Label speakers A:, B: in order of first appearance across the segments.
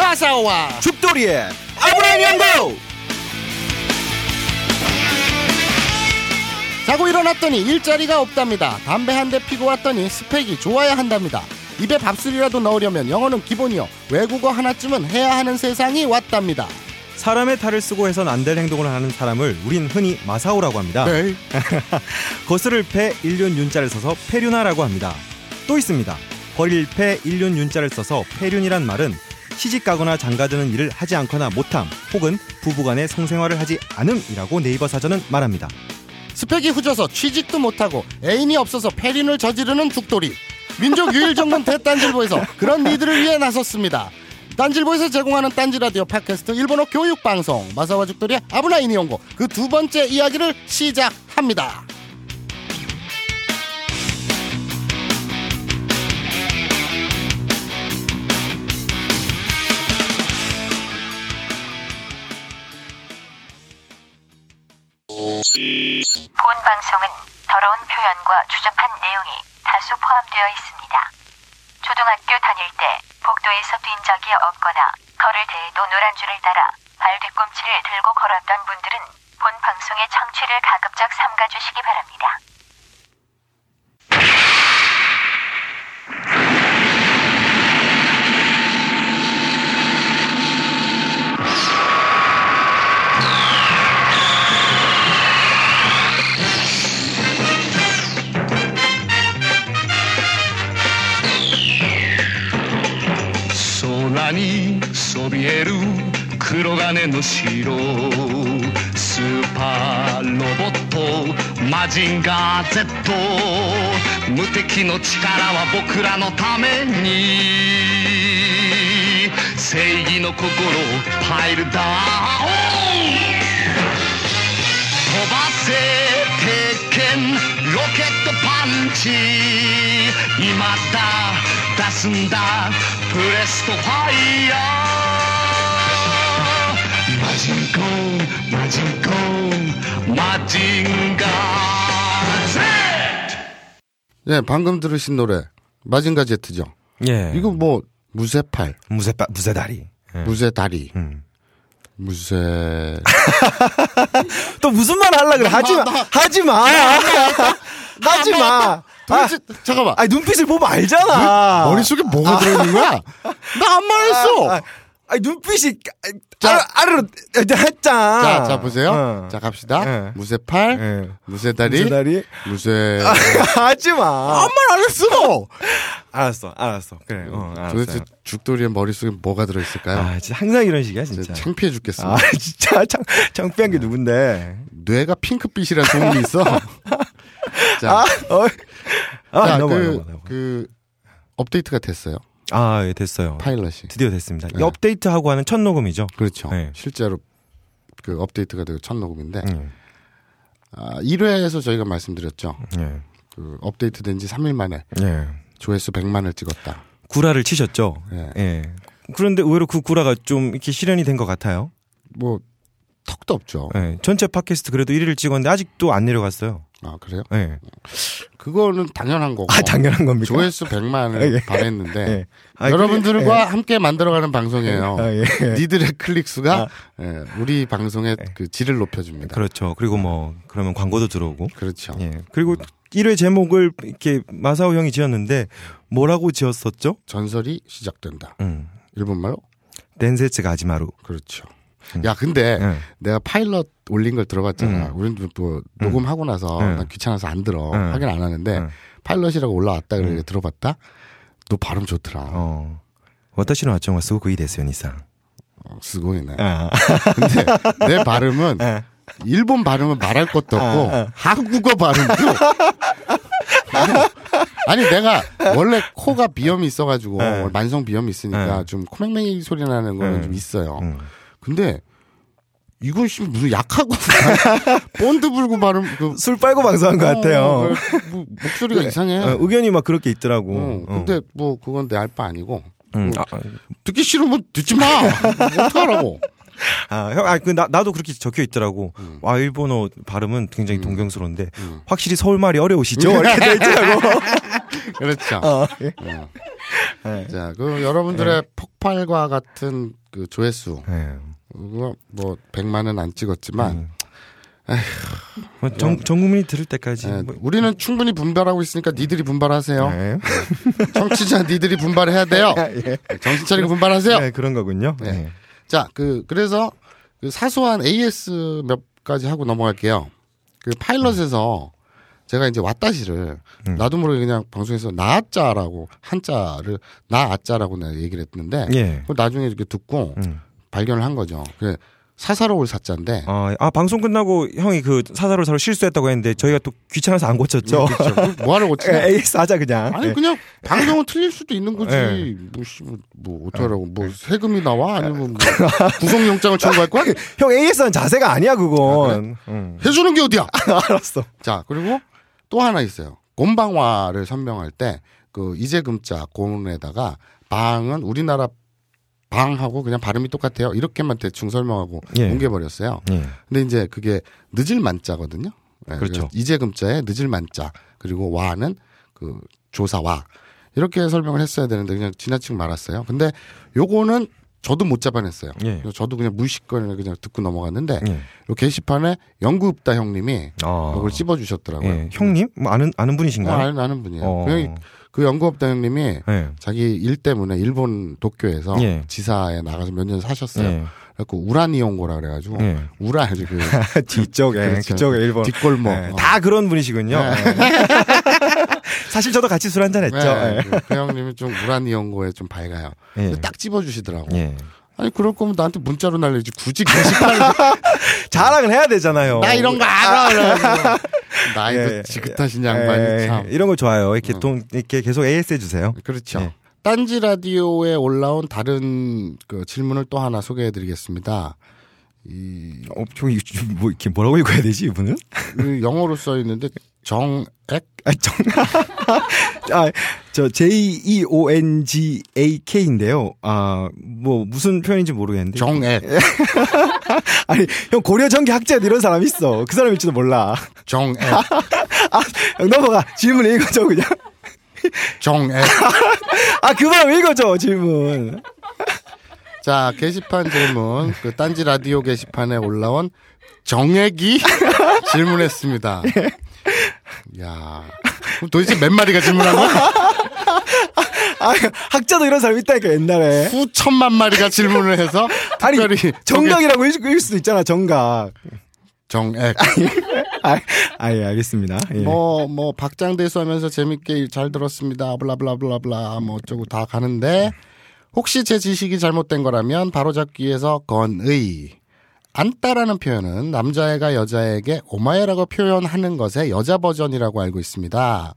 A: 회사와
B: 죽돌이의 아브라함 연구
A: 자고 일어났더니 일자리가 없답니다. 담배 한 대 피고 왔더니 스펙이 좋아야 한답니다. 입에 밥술이라도 넣으려면 영어는 기본이요. 외국어 하나쯤은 해야 하는 세상이 왔답니다.
C: 사람의 탈을 쓰고 해선 안 될 행동을 하는 사람을 우린 흔히 마사오라고 합니다.
A: 네.
C: 거스를 패 일륜 윤자를 써서 패륜아라고 합니다. 또 있습니다. 버릴 패 일륜 윤자를 써서 패륜이란 말은 시집가거나 장가드는 일을 하지 않거나 못함 혹은 부부간의 성생활을 하지 않음이라고 네이버 사전은 말합니다.
A: 스펙이 후져서 취직도 못하고 애인이 없어서 패륜을 저지르는 죽돌이. 민족 유일 정문 대딴질보에서 그런 니들을 위해 나섰습니다. 딴질보에서 제공하는 딴지라디오 팟캐스트 일본어 교육방송 마사와 죽돌이의 아브나 이니온고 그 두 번째 이야기를 시작합니다.
D: 본 방송은 더러운 표현과 추접한 내용이 다수 포함되어 있습니다. 초등학교 다닐 때 복도에서 뛴 적이 없거나 걸을 때에도 노란 줄을 따라 발 뒤꿈치를 들고 걸었던 분들은 본 방송의 청취를 가급적 삼가주시기 바랍니다.
E: 空にそびえる黒金の城スーパーロボットマジンガー Z 無敵の力は僕らのために正義の心をパイルダウン飛ばせ鉄拳ロケットパンチ今だ出すんだプレストファイヤーマジンコーマジンコーマジンガー Z!
A: 예, 방금 들으신 노래 마징가 제트죠.
C: 예.
A: 이거 뭐 무쇠팔,
C: 무쇠 빠 무쇠 다리. 예.
A: 무쇠다리,
C: 음.
A: 무쇠
C: 또 무슨 말 하려 그래? 하지 마.
A: 나-
C: 하지 마. 하지 마. 아,
A: 도대체 잠깐만
C: 아니, 눈빛을 보면 알잖아.
A: 머릿속에 뭐가 들어있는 거야? 나 안 말했어.
C: 아, 아니, 눈빛이
A: 자.
C: 자, 아래로 했잖아.
A: 자, 자 보세요.
C: 어.
A: 자 갑시다.
C: 예.
A: 무쇠팔,
C: 예.
A: 무쇠다리,
C: 무쇠 다리? 아,
A: 무쇠
C: 하지 마.
A: 아무 말 안 했어.
C: 알았어, 알았어. 그래. 어, 알았어.
A: 도대체 죽돌이의 머릿속에 뭐가 들어있을까요?
C: 아, 진짜 항상 이런 식이야,
A: 진짜
C: 진짜.
A: 창피해 죽겠습니다.
C: 아, 진짜 창, 창피한 게 누군데.
A: 뇌가 핑크빛이라는 소문이 있어. 자,
C: 아, 어. 아,
A: 자,
C: 넘어가,
A: 그,
C: 넘어가, 넘어가.
A: 그 업데이트가 됐어요.
C: 아, 예, 됐어요.
A: 파일럿이.
C: 드디어 됐습니다. 이
A: 네.
C: 업데이트하고 하는 첫 녹음이죠.
A: 그렇죠.
C: 네.
A: 실제로 그 업데이트가 되고 첫 녹음인데
C: 음.
A: 아, 1회에서 저희가 말씀드렸죠.
C: 예.
A: 그 업데이트된 지 3일 만에
C: 예.
A: 조회수 100만을 찍었다.
C: 구라를 치셨죠.
A: 예.
C: 예. 그런데 의외로 그 구라가 좀 이렇게 실현이 된 것 같아요.
A: 뭐 턱도 없죠.
C: 예. 전체 팟캐스트 그래도 1위를 찍었는데 아직도 안 내려갔어요.
A: 아 그래요?
C: 예.
A: 그거는 당연한 거고.
C: 아, 당연한 겁니까?
A: 조회수 100만을
C: 예.
A: 바랬는데
C: 예. 아,
A: 여러분들과 함께 만들어가는 방송이에요.
C: 아, 예, 예.
A: 니들의 클릭 수가 예, 우리 방송의 그 질을 높여줍니다.
C: 그렇죠. 그리고 뭐 그러면 광고도 들어오고.
A: 그렇죠.
C: 예. 그리고 1회 제목을 이렇게 마사오 형이 지었는데 뭐라고 지었었죠?
A: 전설이 시작된다.
C: 음.
A: 일본말로?
C: 덴세츠 가지마루.
A: 그렇죠. 야, 근데
C: 예.
A: 내가 파일럿 올린 걸 들어봤잖아. 우린 또- 또 녹음하고 나서
C: 음.
A: 난 귀찮아서 안 들어.
C: 음.
A: 확인 안 하는데
C: 음.
A: 파일럿이라고 올라왔다 그래 들어봤다. 너 발음 좋더라.
C: 어. 私の 아청과 쓰고 그이 됐어요, 니상.
A: 쓰고 있네.
C: 아.
A: 근데 내 발음은
C: 예.
A: 일본 발음은 말할 것도 없고 한국어 발음도 아니 내가 원래 코가 비염이 있어가지고
C: 네.
A: 만성 비염이 있으니까
C: 네.
A: 좀 코맹맹이 소리 나는 거는
C: 네.
A: 좀 있어요.
C: 음.
A: 근데 이건 씨 무슨 약하고 본드 불고 발음 그
C: 술 빨고 방송한 것 같아요.
A: 어, 그 뭐 목소리가 이상해.
C: 어, 의견이 막 그렇게 있더라고.
A: 어, 근데 뭐 그건 내 알 바 아니고
C: 음.
A: 뭐
C: 아, 아.
A: 듣기 싫으면 듣지 마. 어떡하라고.
C: 아, 형, 아, 그, 나, 나도 그렇게 적혀 있더라고.
A: 음.
C: 와, 일본어 발음은 굉장히 동경스러운데, 확실히 서울 말이 어려우시죠? 이렇게 돼 있더라고.
A: 그렇죠.
C: 어, 예.
B: 네.
A: 자, 그 여러분들의 폭발과 같은 그 조회수
C: 예.
A: 그거 뭐 100만은 안 찍었지만
C: 뭐
A: 네.
C: 전, 전 국민이 들을 때까지.
A: 예,
C: 뭐,
A: 우리는 충분히 분발하고 있으니까 니들이 분발하세요.
C: 예.
A: 청취자 니들이 분발해야 돼요. 정신 차리고 분발하세요.
C: 예, 그런 거군요.
A: 네.
C: 예.
A: 자, 그 그래서 그 사소한 AS 몇 가지 하고 넘어갈게요. 그 파일럿에서 제가 이제 왔다시를
C: 음.
A: 나도 모르게 그냥 방송에서 나아짜라고 한자를 나아짜라고 내가 얘기를 했는데
C: 예.
A: 그걸 나중에 이렇게 듣고
C: 음.
A: 발견을 한 거죠. 그 사사로울 사자인데
C: 아, 아, 방송 끝나고 형이 그 사사로 사로 실수했다고 했는데 저희가 또 귀찮아서 안 고쳤죠.
A: 네, 뭐하러 고치냐?
C: 예, AS 하자 그냥.
A: 아니
C: 예.
A: 그냥 방송은 틀릴 수도 있는 거지.
C: 예.
A: 뭐, 씨, 뭐, 뭐 어떡하라고 뭐 세금이 나와 아니면 뭐 구속영장을 청구할 거야?
C: 형 AS는 자세가 아니야 그건. 음.
A: 해주는 게 어디야?
C: 알았어.
A: 자 그리고 또 하나 있어요. 곰방화를 선명할 때 그 이재금자 곰에다가 방은 우리나라 방하고 그냥 발음이 똑같아요. 이렇게만 대충 설명하고
C: 예.
A: 옮겨버렸어요.
C: 예.
A: 근데 이제 그게 늦을 만자거든요. 예,
C: 그렇죠.
A: 그래서 이재금자에 늦을 만자 그리고 와는 그 조사와 이렇게 설명을 했어야 되는데 그냥 지나치게 말았어요. 근데 요거는 저도 못 잡아냈어요.
C: 예.
A: 저도 그냥 무의식거리를 그냥 듣고 넘어갔는데
C: 예.
A: 요 게시판에 영구읍다 형님이
C: 아.
A: 그걸 씹어주셨더라고요.
C: 예. 형님? 뭐 아는 아는
A: 어,
C: 분이신가요?
A: 그렇죠. 네. 아는, 아는 분이에요.
C: 어.
A: 그, 그 연구업다 형님이
C: 예.
A: 자기 일 때문에 일본 도쿄에서
C: 예.
A: 지사에 나가서 몇 년 사셨어요.
C: 예.
A: 그래갖고 우라니온고라 그래가지고
C: 예.
A: 우라 아주 그
C: 뒤쪽에
A: 그렇죠.
C: 그쪽에 일본
A: 뒷골목
C: 예,
A: 어.
C: 다 그런 분이시군요. 예. 사실 저도 같이 술 한잔 했죠.
A: 네,
C: 예.
A: 그- 그 형님이 좀 우라니온고에 좀 밝아요.
C: 예.
A: 근데 딱 음. 집어주시더라고.
C: 예.
A: 아니 그럴 거면 나한테 문자로 날리지 굳이
C: 어.
A: 게시판에
C: 자랑을 해야 되잖아요.
A: 나 이런 거 알아. 그래가지고. 나이도
C: 예,
A: 지긋하신
C: 예,
A: 양반이 참. 음.
C: 이런 거 좋아요. 이렇게 돈 이렇게 계속 AS 해주세요.
A: 그렇죠.
C: 네.
A: 딴지 라디오에 올라온 다른 그 질문을 또 하나 소개해드리겠습니다. 이
C: 어, 저기 뭐 이렇게 뭐라고 읽어야 되지 이분은?
A: 그 영어로 써 있는데 정액
C: 아, 정... 아, 저 J E O N G A K인데요. 아, 뭐 무슨 표현인지 모르겠는데.
A: 정액
C: 아니, 형 고려 전기 학자에도 이런 사람 있어. 그 사람일지도 몰라.
A: 정액
C: 아, 형 넘어가. 질문 읽어줘 그냥.
A: 정액
C: 아, 그만 읽어줘 질문.
A: 자 게시판 질문 그 딴지 라디오 게시판에 올라온 정액이 질문했습니다. 야 그럼 도대체 몇 마리가 질문한 거야?
C: 아, 학자도 이런 사람 있다니까 옛날에.
A: 수천만 마리가 질문을 해서
C: 아니,
A: 특별히
C: 정각이라고 읽- 읽을 수도 있잖아. 정각.
A: 정액
C: 아, 아, 예, 알겠습니다. 예.
A: 뭐, 뭐, 박장대소하면서 재밌게 잘 들었습니다. 블라블라블라블라, 뭐, 어쩌고 다 가는데, 혹시 제 지식이 잘못된 거라면 바로잡기 위해서 건의. 안따라는 표현은 남자애가 여자에게 오마에라고 표현하는 것의 여자 버전이라고 알고 있습니다.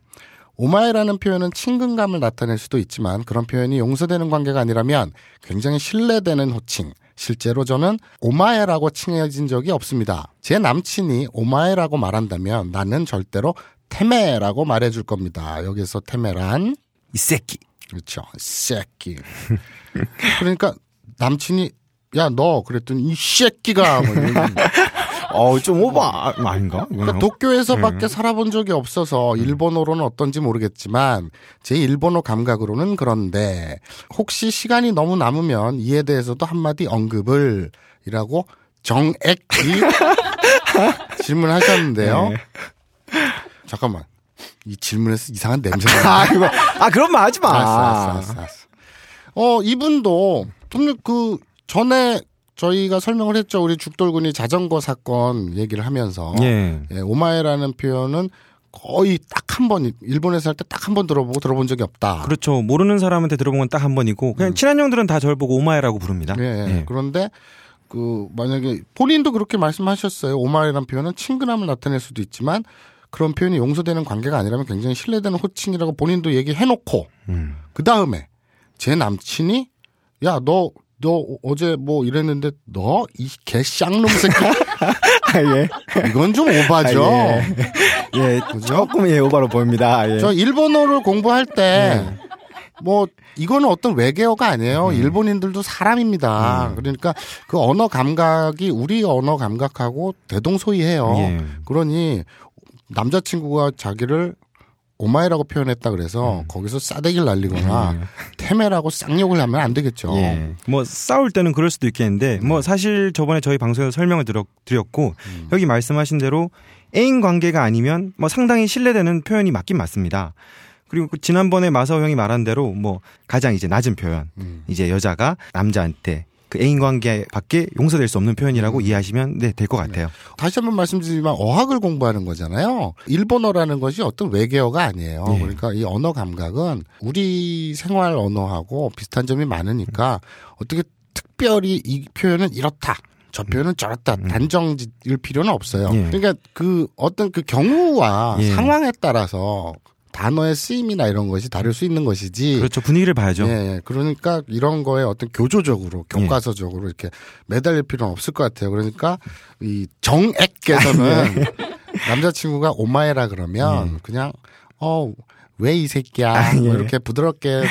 A: 오마에라는 표현은 친근감을 나타낼 수도 있지만 그런 표현이 용서되는 관계가 아니라면 굉장히 신뢰되는 호칭. 실제로 저는 오마에라고 칭해진 적이 없습니다. 제 남친이 오마에라고 말한다면 나는 절대로 테메라고 말해줄 겁니다. 여기서 테메란
C: 이 새끼.
A: 그렇죠. 새끼. 그러니까 남친이 야 너 그랬더니 이 새끼가 뭐 이런
C: 어, 좀 오바 아닌가?
A: 그러니까
C: 음.
A: 도쿄에서밖에 살아본 적이 없어서 일본어로는 어떤지 모르겠지만 제 일본어 감각으로는 그런데 혹시 시간이 너무 남으면 이에 대해서도 한마디 언급을 이라고 정액이 질문하셨는데요.
C: 네.
A: 잠깐만 이 질문에서 이상한 냄새가 나.
C: 아, 그거. 아, 그런 말 하지 마.
A: 알았어, 알았어, 알았어, 알았어. 어, 이분도, 분명 그, 전에 저희가 설명을 했죠. 우리 죽돌군이 자전거 사건 얘기를 하면서.
C: 예.
A: 예, 오마에라는 표현은 거의 딱 한 번, 일본에서 할 때 딱 한 번 들어보고 들어본 적이 없다.
C: 그렇죠. 모르는 사람한테 들어본 건 딱 한 번이고 그냥 친한 형들은 다 저를 보고 오마이라고 부릅니다.
A: 음. 예, 예. 그런데, 그, 만약에, 본인도 그렇게 말씀하셨어요. 오마에라는 표현은 친근함을 나타낼 수도 있지만, 그런 표현이 용서되는 관계가 아니라면 굉장히 신뢰되는 호칭이라고 본인도 얘기해놓고,
C: 음.
A: 그 다음에 제 남친이 야 너 너 어제 뭐 이랬는데 너 이 개쌍놈 새끼
C: 아, 예.
A: 이건 좀 오바죠.
C: 아, 예. 예, 조금 예 오바로 보입니다.
B: 네.
C: 예.
A: 저 일본어를 공부할 때 뭐 이거는 어떤 외계어가 아니에요. 일본인들도 사람입니다. 그러니까 그 언어 감각이 우리 언어
B: 예.
A: 감각하고 대동소이해요.
C: 예.
A: 그러니 남자친구가 자기를 오마이라고 표현했다 그래서 거기서 싸대기를 날리거나 테메라고 쌍욕을 하면 안 되겠죠.
C: 예. 뭐 싸울 때는 그럴 수도 있겠는데 뭐 사실 저번에 저희 방송에서 설명을 드렸, 드렸고 여기 말씀하신 대로 애인 관계가 아니면 뭐 상당히 신뢰되는 표현이 맞긴 맞습니다. 그리고 그 지난번에 마사오 형이 말한 대로 뭐 가장 이제 낮은 표현 이제 여자가 남자한테 그 애인 관계밖에 용서될 수 없는 표현이라고 이해하시면 네 될 것 같아요.
A: 다시 한번 말씀드리지만 어학을 공부하는 거잖아요. 일본어라는 것이 어떤 외계어가 아니에요.
C: 예.
A: 그러니까 이 언어 감각은 우리 생활 언어하고 비슷한 점이 많으니까 어떻게 특별히 이 표현은 이렇다. 저 표현은 저렇다 단정 지을 필요는 없어요.
C: 음. 예.
A: 그러니까 그 어떤 그 경우와
C: 예.
A: 상황에 따라서 단어의 쓰임이나 이런 것이 다를 수 있는 것이지
C: 그렇죠 분위기를 봐야죠. 예.
A: 예, 예. 그러니까 이런 거에 어떤 교조적으로 교과서적으로 이렇게 매달릴 필요는 없을 것 같아요. 그러니까 이
C: 아, 네.
A: 정액께서는 남자친구가 오마에라 그러면 그냥 어 왜 이 새끼야 뭐
C: 예.
A: 이렇게 부드럽게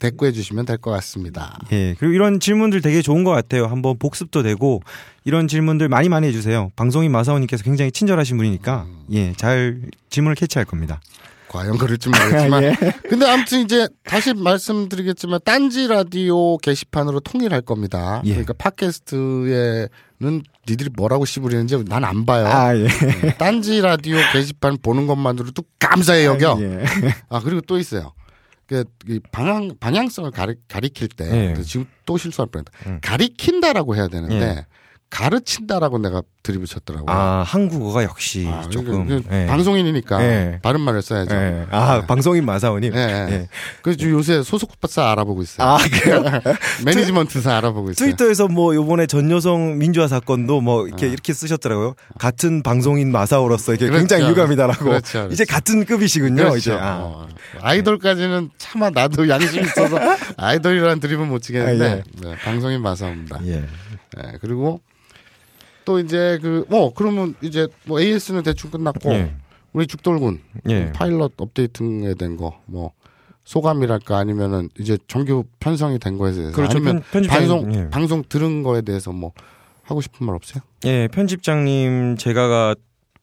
A: 대꾸해 주시면 될 것 같습니다.
C: 예. 그리고 이런 질문들 되게 좋은 것 같아요. 한번 복습도 되고 이런 질문들 많이 많이 해주세요. 방송인 마사오님께서 굉장히 친절하신 분이니까 예, 잘 질문을 캐치할 겁니다.
A: 과연 그럴지 모르겠지만
C: 예.
A: 근데 아무튼 이제 다시 말씀드리겠지만 딴지 라디오 게시판으로 통일할 겁니다.
C: 예.
A: 그러니까 팟캐스트에는 니들이 뭐라고 씨부리는지 난 안 봐요.
C: 예.
A: 딴지 라디오 게시판 보는 것만으로도 감사해 여겨.
C: 예.
A: 아 그리고 또 있어요. 그, 이 방향 방향성을 가리, 가리킬 때
C: 예. 음.
A: 지금 또 실수할 뻔했다. 가리킨다라고 해야 되는데 가르친다라고 내가 들이붙였더라고요.
C: 아 한국어가 역시
A: 아,
C: 조금
A: 이거- 이거
C: 예.
A: 방송인이니까
C: 예.
A: 바른 말을 써야죠.
C: 예. 아 방송인 마사오님.
A: 예, 예. 그래서 요새 소속사 알아보고 있어요.
C: 아, 그래요?
A: 매니지먼트사 알아보고 있어요.
C: 트위터에서 뭐 요번에 전여성 민주화 사건도 뭐 이렇게 이렇게 쓰셨더라고요. 같은 방송인 마사오로서 이게
A: 그렇죠.
C: 굉장히 유감이다라고.
A: 그렇죠, 그렇죠.
C: 이제 같은 급이시군요.
A: 그렇죠.
C: 이제 아.
A: 어. 아이돌까지는 차마 나도 양심 있어서 아이돌이라는 드립은 못 치겠는데
C: 아, 예.
A: 네, 방송인 마사옵니다.
C: 예.
A: 예, 그리고 또 이제 그 뭐 그러면 이제 뭐 AS는 대충 끝났고
C: 예.
A: 우리 죽돌군
C: 예.
A: 파일럿 업데이팅에 된 거 뭐 소감이랄까 아니면은 이제 정규 편성이 된 거에 대해서
C: 그렇죠.
A: 아니면
C: 편- 편집된-
A: 방송
C: 예.
A: 방송 들은 거에 대해서 뭐 하고 싶은 말 없어요?
C: 예, 편집장님 제가가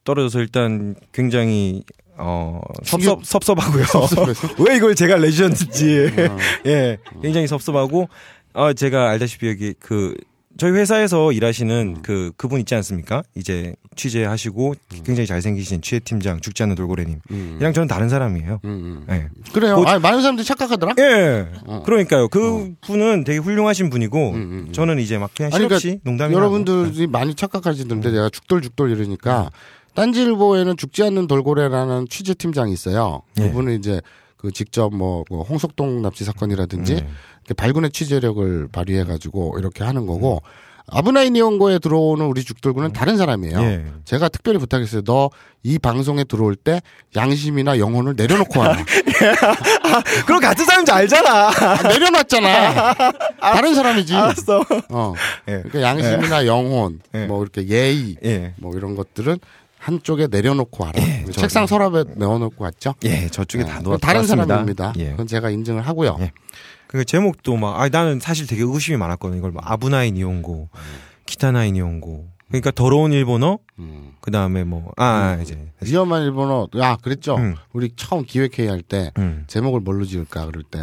C: 떨어져서 일단 굉장히 어 섭섭
A: 충격-
C: 섭섭하고요.
A: 섭섭해서? 음.
C: 왜 이걸 제가 내주셨는지 예, 굉장히 섭섭하고 어 제가 알다시피 여기 그 저희 회사에서
A: 음.
C: 일하시는 그 그분 있지 않습니까? 이제 취재하시고 굉장히 잘생기신 취재팀장 죽지 않는 돌고래님. 이랑 저는 다른 사람이에요.
A: 음, 음.
C: 예.
A: 그래요.
C: 곧-
A: 아, 많은 사람들이 착각하더라.
C: 예. 그러니까요. 그 분은 되게 훌륭하신 분이고
A: 어. 음, 음.
C: 저는 이제 막 그냥
A: 아니, 그러니까
C: 실없이 농담이
A: 여러분들이 많이 착각하시던데 내가 죽돌 죽돌 이러니까 딴지일보에는 죽지 않는 돌고래라는 취재팀장이 있어요.
C: 예.
A: 그분은 이제 그 직접 뭐그 홍석동 납치 사건이라든지
C: 예.
A: 이렇게 발군의 취재력을 발휘해 가지고 이렇게 하는 거고 아브나이 니온고에 들어오는 우리 죽돌군은 다른 사람이에요.
C: 예.
A: 제가 특별히 부탁했어요. 너 이 방송에 들어올 때 양심이나 영혼을 내려놓고 와라.
C: 그럼 같은 사람인지 알잖아.
A: 아, 내려놨잖아. 다른 사람이지.
B: 아,
C: 알았어.
A: 어.
C: 예.
A: 그러니까 양심이나 영혼,
C: 예.
A: 뭐 이렇게 예의,
C: 예.
A: 뭐 이런 것들은 한쪽에 내려놓고 와라. 책상 서랍에 내어놓고 왔죠.
C: 예, 저쪽에 다
A: 네.
C: 놓았
A: 다른
C: 놓았습니다.
A: 사람입니다.
C: 예.
A: 그건 제가 인증을 하고요.
C: 예. 그 제목도 막, 아 나는 사실 되게 의심이 많았거든요. 이걸 뭐 아부나인 이용고, 기타나인 이용고. 그러니까 더러운 일본어,
A: 음. 네.
C: 그 다음에 뭐, 아, 이제.
A: 위험한 일본어, 아 그랬죠.
C: 음.
A: 우리 처음 기획회의 할 때
C: 음.
A: 제목을 뭘로 지을까 그럴 때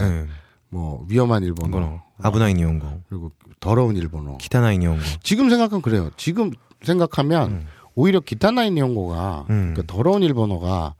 A: 뭐
C: 예.
A: 위험한 일본어,
C: 일본어. 아부나인 이용고,
A: 그리고 더러운 일본어.
C: 기타나인 이용고.
A: 지금 생각하면 그래요. 지금 생각하면 오히려 기타나인 이용고가
C: 음.
A: 그 더러운 일본어가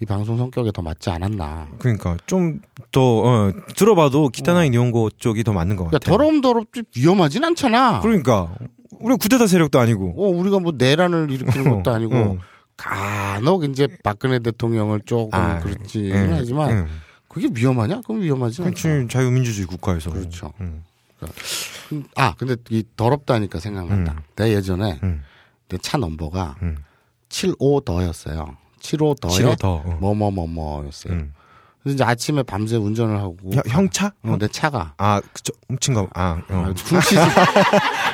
A: 이 방송 성격에 더 맞지 않았나.
C: 그러니까 좀 더, 어, 들어봐도 기타나인 이용고 쪽이 더 맞는 것 같아요.
A: 음. 그러니까 더러움 더럽지 위험하진 않잖아.
C: 그러니까. 우리 구태타 세력도 아니고.
A: 어, 우리가 뭐 내란을 일으키는 것도 아니고
C: 어.
A: 간혹 이제 박근혜 대통령을 조금
C: 아,
A: 그렇지
C: 예,
A: 하지만
C: 음.
A: 그게 위험하냐? 그럼 위험하지 않죠.
C: 그렇지. 자유민주주의 국가에서.
A: 그렇죠.
C: 음.
A: 음, 아 근데 이 더럽다니까 생각난다.
C: 음.
A: 내 예전에
C: 음.
A: 내 차 넘버가
C: 음.
A: 75 더였어요. 75
C: 싫어,
A: 더에
C: 더. 어.
A: 뭐뭐뭐뭐였어요.
C: 음.
A: 그래서 이제 아침에 밤새 운전을 하고
C: 형- 형차?
A: 어, 내 차가
C: 아, 그쵸. 훔친 거, 아, 어.
A: 아, 훔치지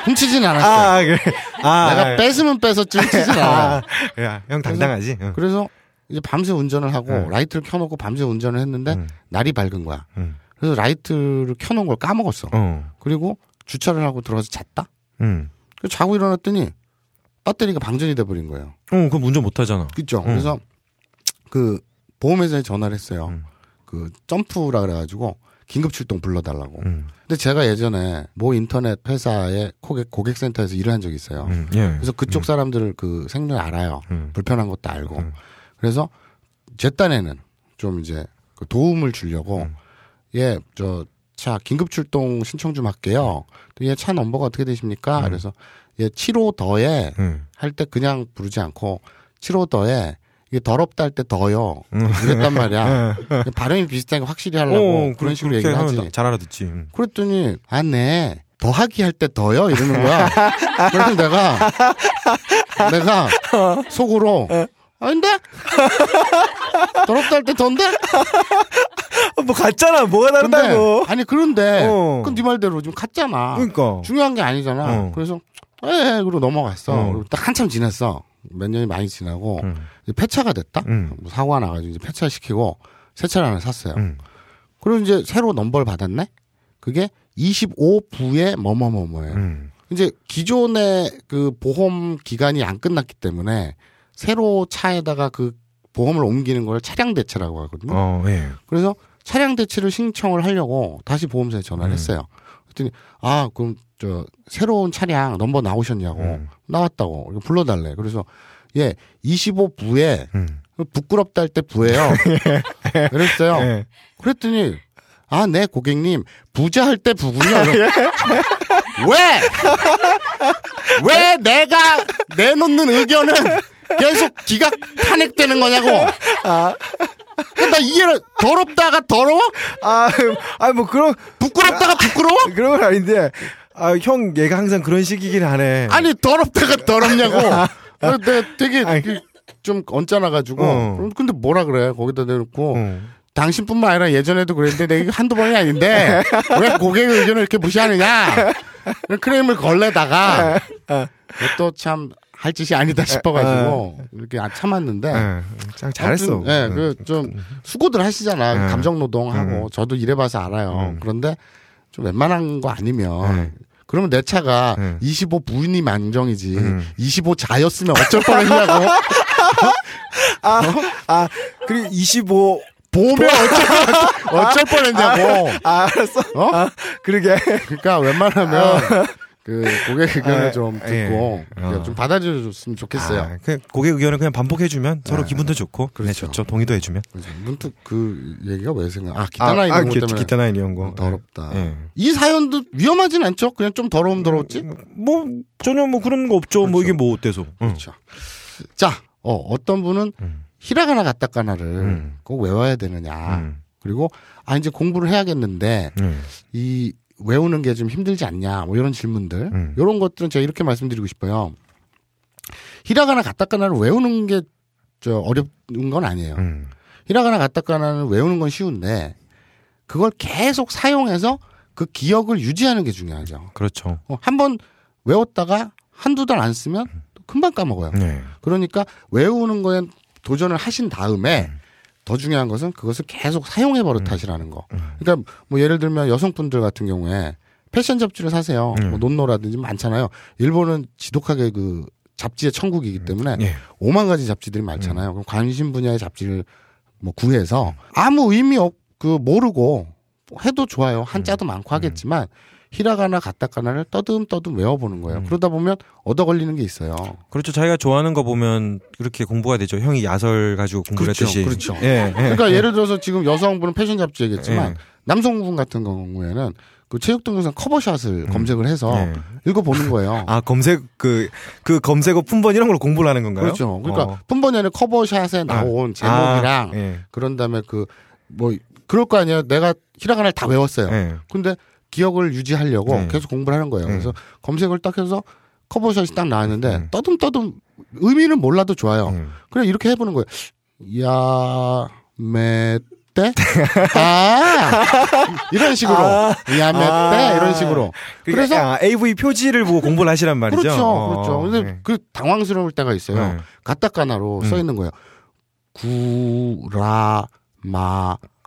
A: 훔치진 않았어요.
C: 아, 그래. 아,
A: 내가 뺏으면 뺏었지 훔치진 않아.
C: 아, 야, 형 당당하지. 어. 응.
A: 그래서 이제 밤새 운전을 하고
C: 응.
A: 라이트를 켜놓고 밤새 운전을 했는데
C: 응.
A: 날이 밝은 거야.
C: 응.
A: 그래서 라이트를 켜놓은 걸 까먹었어.
C: 음. 어,
A: 그리고 주차를 하고 들어가서 잤다.
C: 응.
A: 그래서 자고 일어났더니 배터리가 방전이 돼버린 거예요.
C: 어, 그럼 운전 못 하잖아.
A: 그죠?
C: 응.
A: 그래서 그 보험회사에 전화를 했어요.
C: 음.
A: 그 점프라 그래가지고 긴급 출동 불러달라고.
C: 음,
A: 근데 제가 예전에 모 인터넷 회사의 고객 고객센터에서 일을 한 적이 있어요.
C: 음, 예.
A: 그래서 그쪽 사람들을 그 생리를 알아요.
C: 음.
A: 불편한 것도 알고.
C: 음.
A: 그래서 제 딴에는 좀 이제 그 도움을 주려고
C: 음.
A: 예, 저, 차, 긴급 출동 신청 좀 할게요. 또 예, 차 넘버가 어떻게 되십니까? 그래서 예, 7호 더에
C: 음.
A: 할 때 그냥 부르지 않고 7호 더에 이게 더럽다 할 때 더요.
C: 음.
A: 그랬단 말이야. 발음이 비슷한 게 확실히 하려고
C: 어,
A: 그런 식으로
C: 예. 그렇게
A: 얘기를 하지.
C: 하면 잘 알아듣지. 음.
A: 그랬더니 아, 네. 더하기 할 때 더요 이러는 거야. 그래서 내가 내가
C: 어.
A: 속으로 아닌데 더럽다 할 때 더인데
C: 뭐 같잖아. 뭐가
A: 근데,
C: 네.
A: 아니 그런데
C: 어.
A: 그건 네 말대로 좀 갔잖아.
C: 그러니까.
A: 중요한 게 아니잖아.
C: 어.
A: 그래서 에 그러고 넘어갔어.
C: 어.
A: 그리고 딱 한참 지났어. 몇 년이 많이 지나고
C: 음.
A: 이제 폐차가 됐다.
C: 음.
A: 뭐 사고가 나가지고 이제 폐차를 시키고 새 차를 하나 샀어요.
C: 음.
A: 그리고 이제 새로 넘버를 받았네. 그게 25부의 뭐뭐뭐뭐예요.
C: 음.
A: 이제 기존의 그 보험 기간이 안 끝났기 때문에 새로 차에다가 그 보험을 옮기는 걸 차량 대체라고 하거든요.
C: 어, 예.
A: 그래서 차량 대체를 신청을 하려고 다시 보험사에 전화를
C: 음.
A: 했어요. 그랬더니 아 그럼 저 새로운 차량 넘버 나오셨냐고
C: 음.
A: 나왔다고 이거 불러달래. 그래서 예 25부에
C: 음.
A: 부끄럽다 할 때 부예요. 그랬어요.
C: 예.
A: 그랬더니 아 네 고객님 부자 할 때 부군요. 왜? 왜 내가 내놓는 의견은 계속 기각 탄핵되는 거냐고. 나 이해를 더럽다가 더러워?
C: 아, 아니 뭐 그런
A: 부끄럽다가 부끄러워?
C: 그런 건 아닌데. 아, 형 얘가 항상 그런 식이긴 하네.
A: 아니 더럽다가 더럽냐고. 나, 나 되게
C: 아니.
A: 그- 좀 언짢아가지고.
C: 어.
A: 그럼 근데 뭐라 그래? 거기다 내놓고
C: 음.
A: 당신뿐만 아니라 예전에도 그랬는데 내가 이거 한두 번이 아닌데 왜 고객의 의견을 이렇게 무시하느냐? 이런 크레임을 걸레다가
C: 어.
A: 어, 또 참 할 짓이 아니다 싶어가지고 이렇게 안 참았는데.
C: 예. 참 잘했어.
A: 네.
C: 음.
A: 아무튼, 예, 그좀 수고들 하시잖아.
C: 예.
A: 감정 노동하고 저도 일해봐서 알아요.
C: 음.
A: 그런데 좀 웬만한 거 아니면
C: 예.
A: 그러면 내 차가
C: 예.
A: 25 부인이 만정이지
C: 음.
A: 25 자였으면 어쩔 뻔했냐고
C: 아, 아, 그리고 25. 뭐.
A: 보면 어쩔 뻔- 어쩔 뻔했냐고.
C: 아, 알았어.
A: 어?
C: 아, 그러게.
A: 그러니까 웬만하면 그 고객 의견을
C: 아,
A: 좀
C: 예.
A: 듣고 그러니까
C: 어.
A: 좀 받아줬으면 좋겠어요. 네.
C: 아, 그냥 고객 의견을 그냥 반복해주면 서로 기분도 좋고. 그 네,
A: 그렇죠.
C: 좋죠. 동의도 해주면.
A: 그래서 문득 그 얘기가 왜 생각? 아 기타나 이런 것
C: 기-
A: 때문에
C: 기타나 이런 거.
A: 더럽다.
C: 예. 음.
A: 이 사연도 위험하진 않죠. 그냥 좀 더러움 더러웠지.
C: 뭐 전혀 뭐 그런 거 없죠. 뭐 이게 뭐 어때서?
A: 그렇죠. 자, 어, 어떤 분은
C: 음.
A: 히라가나 가타카나를
C: 음.
A: 꼭 외워야 되느냐.
C: 음.
A: 그리고 아 이제 공부를 해야겠는데
C: 음.
A: 이 외우는 게 좀 힘들지 않냐 뭐 이런 질문들
C: 음.
A: 이런 것들은 제가 이렇게 말씀드리고 싶어요 히라가나 가타카나를 외우는 게 저 어려운 건 아니에요
C: 음.
A: 히라가나 가타카나는 외우는 건 쉬운데 그걸 계속 사용해서 그 기억을 유지하는 게 중요하죠
C: 그렇죠.
A: 어, 한번 외웠다가 한두 달 안 쓰면 또 금방 까먹어요
C: 네.
A: 그러니까 외우는 거에 도전을 하신 다음에 더 중요한 것은 그것을 계속 사용해 버릇 하시라는 거. 그러니까 뭐 예를 들면 여성분들 같은 경우에 패션 잡지를 사세요. 뭐 논노라든지 많잖아요. 일본은 지독하게 그 잡지의 천국이기 때문에
C: 예.
A: 오만 가지 잡지들이 많잖아요. 그럼 관심 분야의 잡지를 뭐 구해서 아무 의미 없 그 모르고 뭐 해도 좋아요. 한자도 많고 하겠지만 히라가나 가타카나를 떠듬떠듬 외워보는 거예요. 그러다 보면 얻어 걸리는 게 있어요.
C: 그렇죠. 자기가 좋아하는 거 보면 그렇게 공부가 되죠. 형이 야설 가지고 공부를
A: 그렇죠,
C: 했듯이.
A: 그렇죠.
C: 예. 예.
A: 그러니까 예를 들어서 지금 여성분은 패션 잡지 얘기했지만
C: 예.
A: 남성분 같은 경우에는 그 체육 동영상 커버샷을 검색을 해서
C: 예.
A: 읽어보는 거예요.
C: 아, 검색 그 그 검색어 품번 이런 걸로 공부를 하는 건가요?
A: 그렇죠. 그러니까
C: 어.
A: 뿐만이 아니라 커버샷에 나온 제목이랑
C: 아, 예.
A: 그런 다음에 그 뭐 그럴 거 아니에요. 내가 히라가나를 다 외웠어요.
C: 예.
A: 근데 기억을 유지하려고
C: 예.
A: 계속 공부를 하는 거예요.
C: 예.
A: 그래서 검색을 딱 해서 커버샷이 딱 나왔는데
C: 음.
A: 떠듬떠듬 의미는 몰라도 좋아요.
C: 음.
A: 그냥 이렇게 해보는 거예요. 야, 매, 때? 아! 이런 식으로.
C: 아.
A: 야, 매, 때?
C: 아.
A: 이런 식으로.
C: 그러니까
A: 그래서,
C: 아, AV 표지를 보고 공부를 하시란 말이죠.
A: 그렇죠.
C: 어,
A: 그렇죠. 근데
C: 예.
A: 그 당황스러울 때가 있어요.
C: 네.
A: 가타카나로
C: 음.
A: 써 있는 거예요. 구라마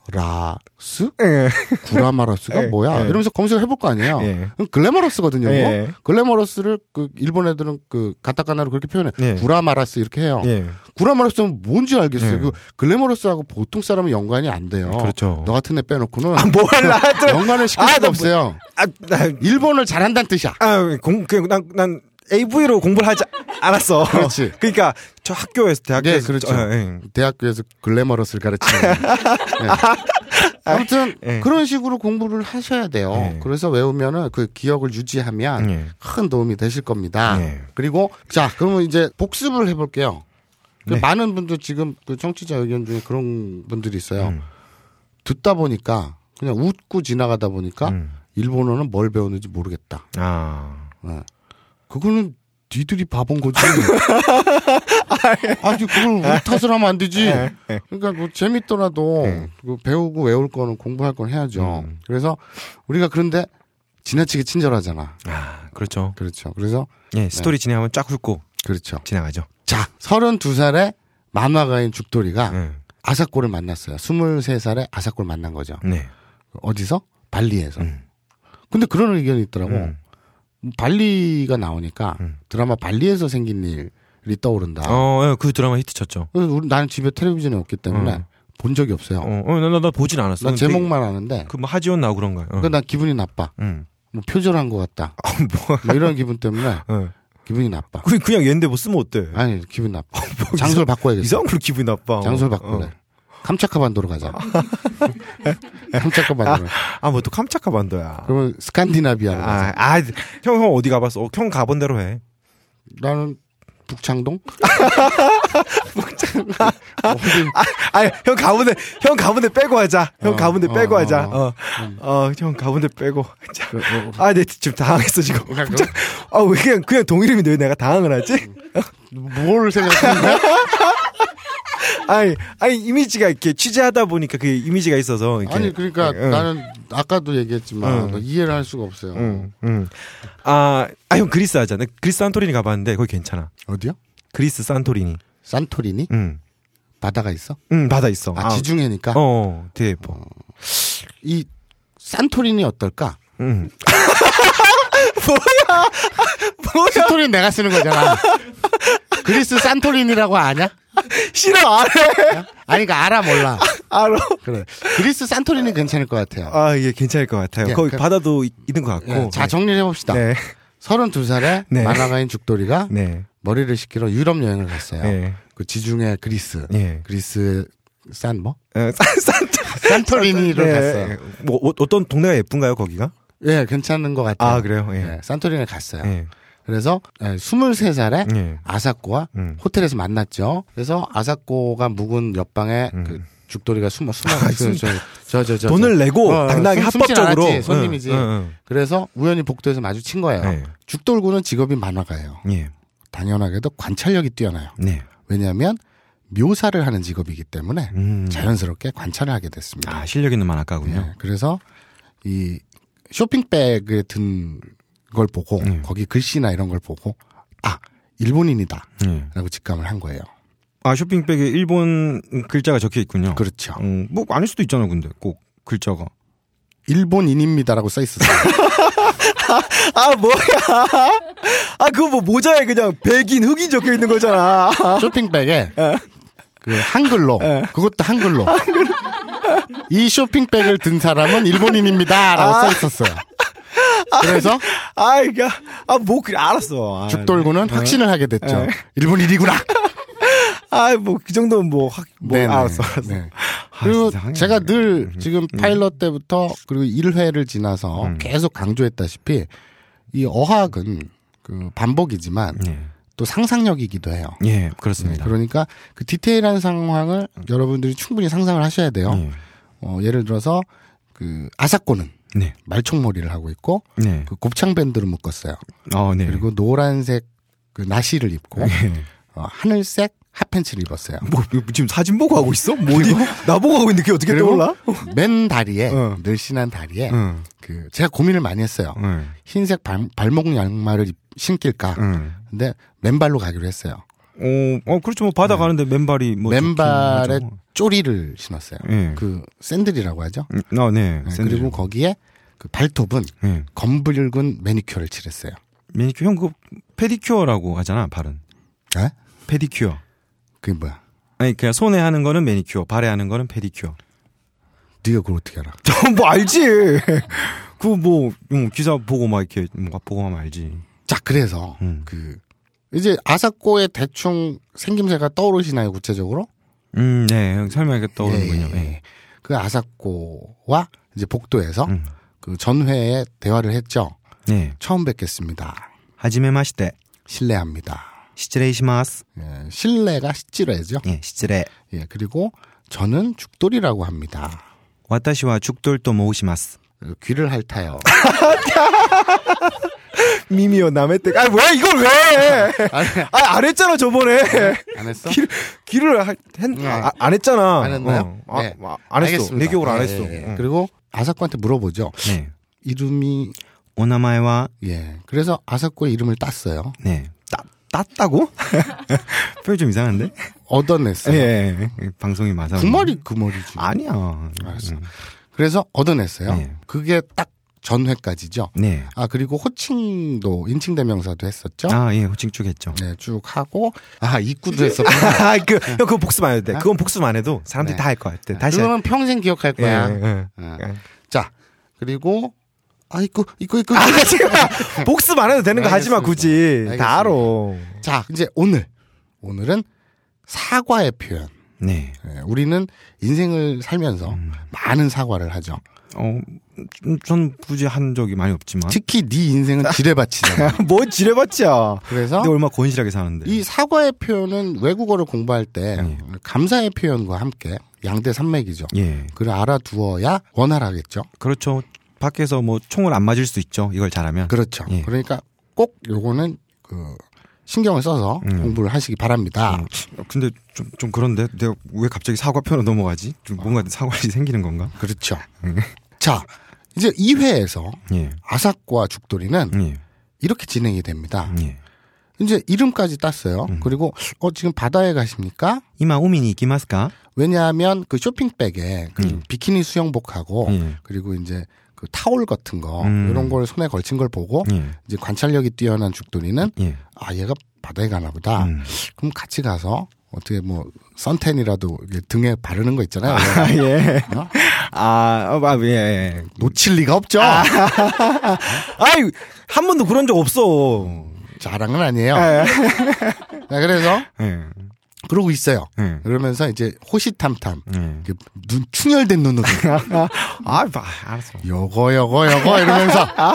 A: 라스?
C: 예.
A: 구라마러스가
C: 예,
A: 뭐야?
C: 예.
A: 이러면서 검색을 해볼 거 아니에요.
C: 예.
A: 그럼 글래머러스거든요. 이거.
C: 예.
A: 글래머러스를 그 일본 애들은 그 가타카나로 그렇게 표현해.
C: 예.
A: 구라마라스 이렇게 해요.
C: 예.
A: 구라마라스는 뭔지 알겠어요.
C: 예.
A: 그 글래머러스하고 보통 사람은 연관이 안 돼요.
C: 그렇죠.
A: 너 같은 애 빼놓고는
C: 몰라.
A: 그러니까 연관을 시킬
C: 아,
A: 수가
C: 나
A: 없어요.
C: 아, 나,
A: 일본을 잘한다는 뜻이야.
C: 아, 공, 그, 난, 난 AV로 공부를 하지 않았어.
A: 그렇지.
C: 그러니까 저 학교에서 대학교에서
A: 예, 그렇죠.
C: 저- 예,
A: 대학교에서 글래머러스를 가르치는. 예. 아무튼
C: 예.
A: 그런 식으로 공부를 하셔야 돼요.
C: 예.
A: 그래서 외우면은 그 기억을 유지하면
C: 예.
A: 큰 도움이 되실 겁니다.
C: 예.
A: 그리고 자 그러면 이제 복습을 해볼게요. 그
C: 네.
A: 많은 분들 지금 그 청취자 의견 중에 그런 분들이 있어요.
C: 음.
A: 듣다 보니까 그냥 웃고 지나가다 보니까
C: 음.
A: 일본어는 뭘 배우는지 모르겠다.
C: 아.
A: 예. 그거는 니들이 바본 거지. 아니 그걸 우리 탓을 하면 안 되지. 그러니까 뭐 재밌더라도 그 배우고 외울 거는 공부할 건 해야죠. 그래서 우리가 그런데 지나치게 친절하잖아.
C: 아, 그렇죠.
A: 그렇죠. 그래서
C: 예, 스토리 진행하면 쫙 훑고
A: 그렇죠.
C: 지나가죠.
A: 자, 32살에 만화가인 죽돌이가
C: 예.
A: 아사코를 만났어요. 23살에 아사코를 만난 거죠.
C: 네.
A: 어디서? 발리에서. 근데 그런 의견이 있더라고. 발리가 나오니까 드라마 발리에서 생긴 일이 떠오른다.
C: 어, 예, 그 드라마 히트 쳤죠.
A: 그래서 우리- 나는 집에 텔레비전이 없기 때문에
C: 음.
A: 본 적이 없어요.
C: 어, 어, 나, 나, 나 보진 않았어.
A: 난
C: 근데
A: 제목만 아는데
C: 그, 뭐, 하지원 나오고 그런가. 어.
A: 그난 기분이 나빠.
C: 음.
A: 뭐 표절한 것 같다.
C: 어, 뭐.
A: 뭐 이런 기분 때문에
C: 어.
A: 기분이 나빠.
C: 그, 그냥 얘인데 뭐 쓰면 어때?
A: 아니 기분 나빠.
C: 뭐
A: 장소를
C: 이상-
A: 바꿔야겠어.
C: 이상한 걸로 기분이 나빠. 어.
A: 장소를
C: 어.
A: 바꿔래. 캄차카반도로 가자. 캄차카반도로.
C: 아, 뭐 또 캄차카 반도야.
A: 그러면 스칸디나비아로 가자.
C: 아, 아, 형, 형 어디 가봤어? 어, 형 가본 대로 해.
A: 나는 북창동?
C: 아, 아니, 형 가본데, 형 가본데 빼고 하자. 형
A: 어,
C: 가본데
A: 어,
C: 빼고
A: 어,
C: 하자.
A: 어.
C: 어, 어, 형 가본데 빼고. 자,
A: 그, 어,
C: 아, 내 지금 당황했어 지금.
A: 그거-
C: 깜짝- 아, 왜 그냥 그냥 동일음인데 왜 내가 당황을 하지?
A: 뭘 생각하는 거야?
C: 아니, 아니 이미지가 이렇게 취재하다 보니까 그 이미지가 있어서. 이렇게.
A: 아니 그러니까
C: 응.
A: 나는 아까도 얘기했지만
C: 응.
A: 나 이해를 할 수가 없어요.
C: 응, 응. 음. 아, 아, 형 그리스 하자. 나 그리스 산토리니 가봤는데 거기 괜찮아.
A: 어디요?
C: 그리스 산토리니.
A: 산토리니?
C: 응,
A: 바다가 있어?
C: 응, 바다 있어.
A: 아, 지중해니까.
C: 어, 어, 되게 예뻐.
A: 이 산토리니 어떨까?
C: 응.
A: 스토리는 내가 쓰는 거잖아. 그리스 산토리니라고 아냐?
C: 싫어, 안 해.
A: 아니 그러니까 알아 몰라.
C: 알아.
A: 그래. 그리스 산토리니 괜찮을 것 같아요.
C: 아, 예, 괜찮을 것 같아요.
A: 예,
C: 거기
A: 그-
C: 바다도 있- 있는 것 같고.
A: 예, 자 정리해 봅시다.
C: 어, 네.
A: 32살에
C: 네.
A: 만화가인 죽돌이가
C: 네.
A: 머리를 식히러 유럽 여행을 갔어요.
C: 네.
A: 그 지중해 그리스.
C: 예.
A: 그리스 산 뭐?
C: 어, 산, 산,
A: 산토리니로
C: 네.
A: 갔어요.
C: 뭐, 어, 어떤 동네가 예쁜가요, 거기가?
A: 예, 괜찮은 것 같아요. 네.
C: 아, 그래요? 예.
A: 산토리니에 갔어요.
C: 예.
A: 그래서 예, 23살에
C: 예.
A: 아사코와
C: 음.
A: 호텔에서 만났죠. 그래서 아사코가 묵은 옆방에 그 죽돌이가 숨어 숨어 저저저 어,
C: 돈을 내고 당당하게 합법적으로.
A: 손님이지.
C: 응, 응,
A: 그래서 우연히 복도에서 마주친 거예요.
C: 네.
A: 죽돌구는 직업이 만화가예요.
C: 응. 예.
A: 당연하게도 관찰력이 뛰어나요.
C: 네.
A: 왜냐하면 묘사를 하는 직업이기 때문에
C: 음.
A: 자연스럽게 관찰을 하게 됐습니다.
C: 아, 실력 있는
A: 예,
C: 만화가군요.
A: 그래서 이 쇼핑백에 든 걸 보고 거기 글씨나 이런 걸 보고 아 일본인이다라고
C: 예.
A: 직감을 한 거예요.
C: 아, 쇼핑백에 일본 글자가 적혀 있군요.
A: 그렇죠.
C: 음, 뭐, 아닐 수도 있잖아, 근데. 꼭 글자가.
A: 일본인입니다라고 써 있었어요.
C: 아, 뭐야. 아, 그거 뭐 모자에 그냥 백인, 흑인 적혀 있는 거잖아.
A: 쇼핑백에 그 한글로 그것도 한글로 이 쇼핑백을 든 사람은 일본인입니다라고 써 있었어요. 그래서
C: 아, 이게, 아, 뭐, 그래, 알았어. 아,
A: 죽돌구는 확신을 하게 됐죠. 일본인이구나.
C: 아, 뭐, 그 정도는 뭐, 확, 뭐,
A: 네네.
C: 알았어, 알았어.
A: 네.
C: 아,
A: 그리고
C: 진짜 음. 항상-
A: 제가 늘 지금 파일럿 때부터 그리고 1회를 지나서
C: 음.
A: 계속 강조했다시피 이 어학은 그 반복이지만
C: 예.
A: 또 상상력이기도 해요.
C: 예, 그렇습니다. 음.
A: 그러니까 그 디테일한 상황을 여러분들이 충분히 상상을 하셔야 돼요.
C: 예.
A: 어, 예를 들어서 그 아사코는
C: 네.
A: 말총머리를 하고 있고
C: 네.
A: 그 곱창 밴드를 묶었어요.
C: 어, 네.
A: 그리고 노란색 그 나시를 입고
C: 예.
A: 어, 하늘색 핫팬츠를 입었어요.
C: 뭐, 이거 지금 사진 보고 하고 있어? 뭐, 어디, 나보고 하고 있는데 그게 어떻게
A: 그리고
C: 떠올라?
A: 맨 다리에
C: 어.
A: 늘씬한 다리에
C: 응.
A: 그 제가 고민을 많이 했어요.
C: 응.
A: 흰색 발, 발목 양말을 입- 신길까?
C: 응.
A: 근데 맨발로 가기로 했어요.
C: 어, 어, 그렇죠. 뭐 바다 가는데 맨발이 뭐
A: 맨발에
C: 좋긴 하죠.
A: 쪼리를 신었어요.
C: 예.
A: 그 샌들이라고 하죠.
C: 음, 아, 네.
A: 네,
C: 샌들.
A: 그리고 거기에 그 발톱은
C: 예.
A: 검붉은 매니큐어를 칠했어요.
C: 매니큐어 형그 페디큐어라고 하잖아, 발은.
A: 예?
C: 페디큐어.
A: 그게 뭐야?
C: 아니 그냥 손에 하는 거는 매니큐어, 발에 하는 거는 페디큐어.
A: 네가 그걸 어떻게 알아?
C: 뭐 알지. 그뭐 음, 기사 보고 막 이렇게 뭔가 보고 하면 알지.
A: 자, 그래서
C: 음.
A: 그 이제 아사코의 대충 생김새가 떠오르시나요, 구체적으로?
C: 음, 네. 설명하게 떠오르는군요.
A: 예, 예, 예. 그 아사코와 이제 복도에서
C: 음.
A: 그 전회에 대화를 했죠.
C: 예. 네.
A: 처음 뵙겠습니다.
C: 하지메 마시테.
A: 실례합니다.
C: 시츠레이시마스.
A: 예, 실례가 시찌레죠.
C: 예, 시츠레.
A: 예, 그리고 저는 죽돌이라고 합니다.
C: 와타시와 죽돌도 모으시마스.
A: 어, 귀를 핥아요.
C: 미미요 남의 때. 아, 뭐야 이걸 왜? 해?
A: 안,
C: 아, 안 했잖아, 저번에.
A: 안 했어?
C: 귀를, 귀를 하- 했,
A: 네.
C: 아, 안 했잖아.
A: 안 했나요?
C: 어. 아,
A: 네.
C: 아, 안 했어.
A: 알겠습니다.
C: 내 기억으로 안
A: 예,
C: 했어.
A: 예, 예.
C: 응.
A: 그리고 아사코한테 물어보죠.
C: 네.
A: 이름이
C: 오나마에와
A: 예. 그래서 아사코의 이름을 땄어요.
C: 네. 따, 땄다고? 표현 좀 이상한데? 예,
A: 얻어냈어요.
C: 예, 예. 방송이 맞아.
A: 그 말이 그 말이지.
C: 아니야.
A: 알았어.
C: 음.
A: 그래서 얻어냈어요.
C: 네.
A: 그게 딱 전회까지죠.
C: 네.
A: 아 그리고 호칭도 인칭 대명사도 했었죠.
C: 아, 예, 호칭 쭉 했죠.
A: 네, 쭉 하고 아 입구도 했었고
C: 아, 그, 형, 그거 복습 안 해도 돼. 그건 복습 안 해도 사람들이
A: 네.
C: 다 할 거야. 네, 다시. 할-
A: 그거는 평생 기억할
C: 예,
A: 거야.
C: 예.
A: 어.
C: 예.
A: 자 그리고 아 입구 입구 입구.
C: 아, 지금 복습 안 해도 되는 거 하지 마,
A: 알겠습니다.
C: 굳이.
A: 알겠습니다.
C: 다 알아.
A: 자 이제 오늘 오늘은 사과의 표현.
C: 네.
A: 예, 우리는 인생을 살면서 많은 사과를 하죠.
C: 음. 어, 좀- 전 굳이 한 적이 많이 없지만.
A: 특히 네 인생은 지뢰밭이잖아.
C: 뭐 지뢰봤자.
A: 그래서
C: 근데 얼마 나 건실하게 사는데.
A: 이 사과의 표현은 외국어를 공부할 때
C: 네.
A: 감사의 표현과 함께 양대 산맥이죠.
C: 예.
A: 그걸 알아두어야 원활하겠죠.
C: 그렇죠. 밖에서 뭐 총을 안 맞을 수 있죠. 이걸 잘하면.
A: 그렇죠.
C: 예.
A: 그러니까 꼭 요거는 그 신경을 써서
C: 음.
A: 공부를 하시기 바랍니다.
C: 어, 근데 좀, 좀 그런데 내가 왜 갑자기 사과편으로 넘어가지? 좀 뭔가 사과일이 생기는 건가?
A: 그렇죠.
C: 음.
A: 자, 이제 2회에서
C: 예.
A: 아삭과 죽돌이는
C: 예.
A: 이렇게 진행이 됩니다.
C: 예.
A: 이제 이름까지 땄어요.
C: 음.
A: 그리고 어 지금 바다에 가십니까?
C: 이마 우민이 이기마스까?
A: 왜냐하면 그 쇼핑백에 그
C: 음.
A: 비키니 수영복하고
C: 예.
A: 그리고 이제 그 타올 같은 거
C: 음.
A: 이런 걸 손에 걸친 걸 보고
C: 예.
A: 이제 관찰력이 뛰어난 죽돌이는
C: 예.
A: 아 얘가 바다에 가나 보다.
C: 음.
A: 그럼 같이 가서 어떻게 뭐 선텐이라도 이게 등에 바르는 거 있잖아요.
C: 아, 예.
A: 어?
C: 아, 어, 아, 예, 예.
A: 놓칠 리가 없죠.
C: 아. 아이, 한 번도 그런 적 없어.
A: 자랑은 아니에요.
C: 네.
A: 자, 그래서
C: 예.
A: 그러고 있어요.
C: 예.
A: 그러면서 이제 호시탐탐
C: 예.
A: 이렇게 눈 충혈된 눈으로
C: 아, 봐, 알았어.
A: 요거 요거 요거 이러면서
C: 아,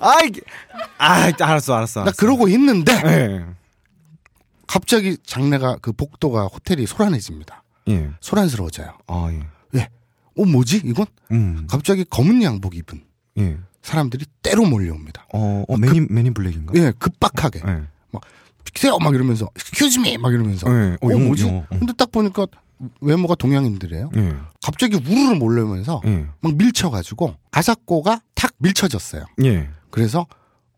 C: 아이, 아, 알았어, 알았어.
A: 나
C: 알았어.
A: 그러고 있는데
C: 예.
A: 갑자기 장례가 그 복도가 호텔이 소란해집니다.
C: 예.
A: 소란스러워져요.
C: 아, 예.
A: 예. 어 뭐지 이건?
C: 음.
A: 갑자기 검은 양복 입은
C: 예.
A: 사람들이 때로 몰려옵니다.
C: 어, 어, 매니, 매니 블랙인가?
A: 예, 급박하게
C: 예.
A: 막 비키세요 막 이러면서 큐즈미 막 이러면서
C: 예. 어,
A: 어,
C: 영어,
A: 뭐지?
C: 영어. 어.
A: 근데 딱 보니까 외모가 동양인들이에요.
C: 예.
A: 갑자기 우르르 몰려오면서
C: 예.
A: 막 밀쳐가지고 아사코가 탁 밀쳐졌어요.
C: 예.
A: 그래서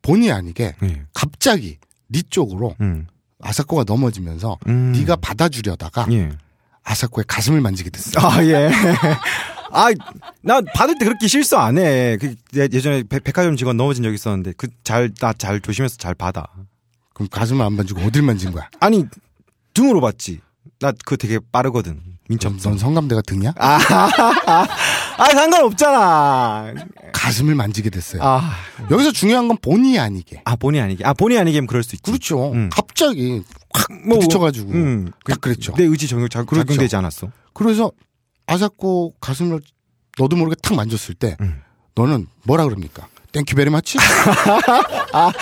A: 본의 아니게
C: 예.
A: 갑자기 네 쪽으로
C: 음.
A: 아사코가 넘어지면서
C: 음.
A: 네가 받아주려다가
C: 예.
A: 아사코의 가슴을 만지게 됐어요.
C: 아, 예. 아, 나 받을 때 그렇게 실수 안 해. 그 예- 예전에 백- 백화점 직원 넘어진 적 있었는데 그 잘 나 잘 조심해서 잘 받아.
A: 그럼 가슴을 안 만지고 어딜 만진 거야?
C: 아니 등으로 받지. 나 그거 되게 빠르거든. 민첩.
A: 넌 성감대가 등이야?
C: 아, 아 상관없잖아.
A: 가슴을 만지게 됐어요.
C: 아,
A: 여기서 중요한 건 본의 아니게.
C: 아 본의 아니게. 아 본의 아니게면 그럴 수 있지.
A: 그렇죠.
C: 음.
A: 갑자기 확
C: 뭐,
A: 부딪혀가지고
C: 음,
A: 딱 그랬죠.
C: 내 의지 적용 작-
A: 그렇죠.
C: 작용되지 않았어.
A: 그래서 아사코 가슴을 너도 모르게 탁 만졌을 때
C: 음.
A: 너는 뭐라 그럽니까? 땡큐 베리 마치?
C: 아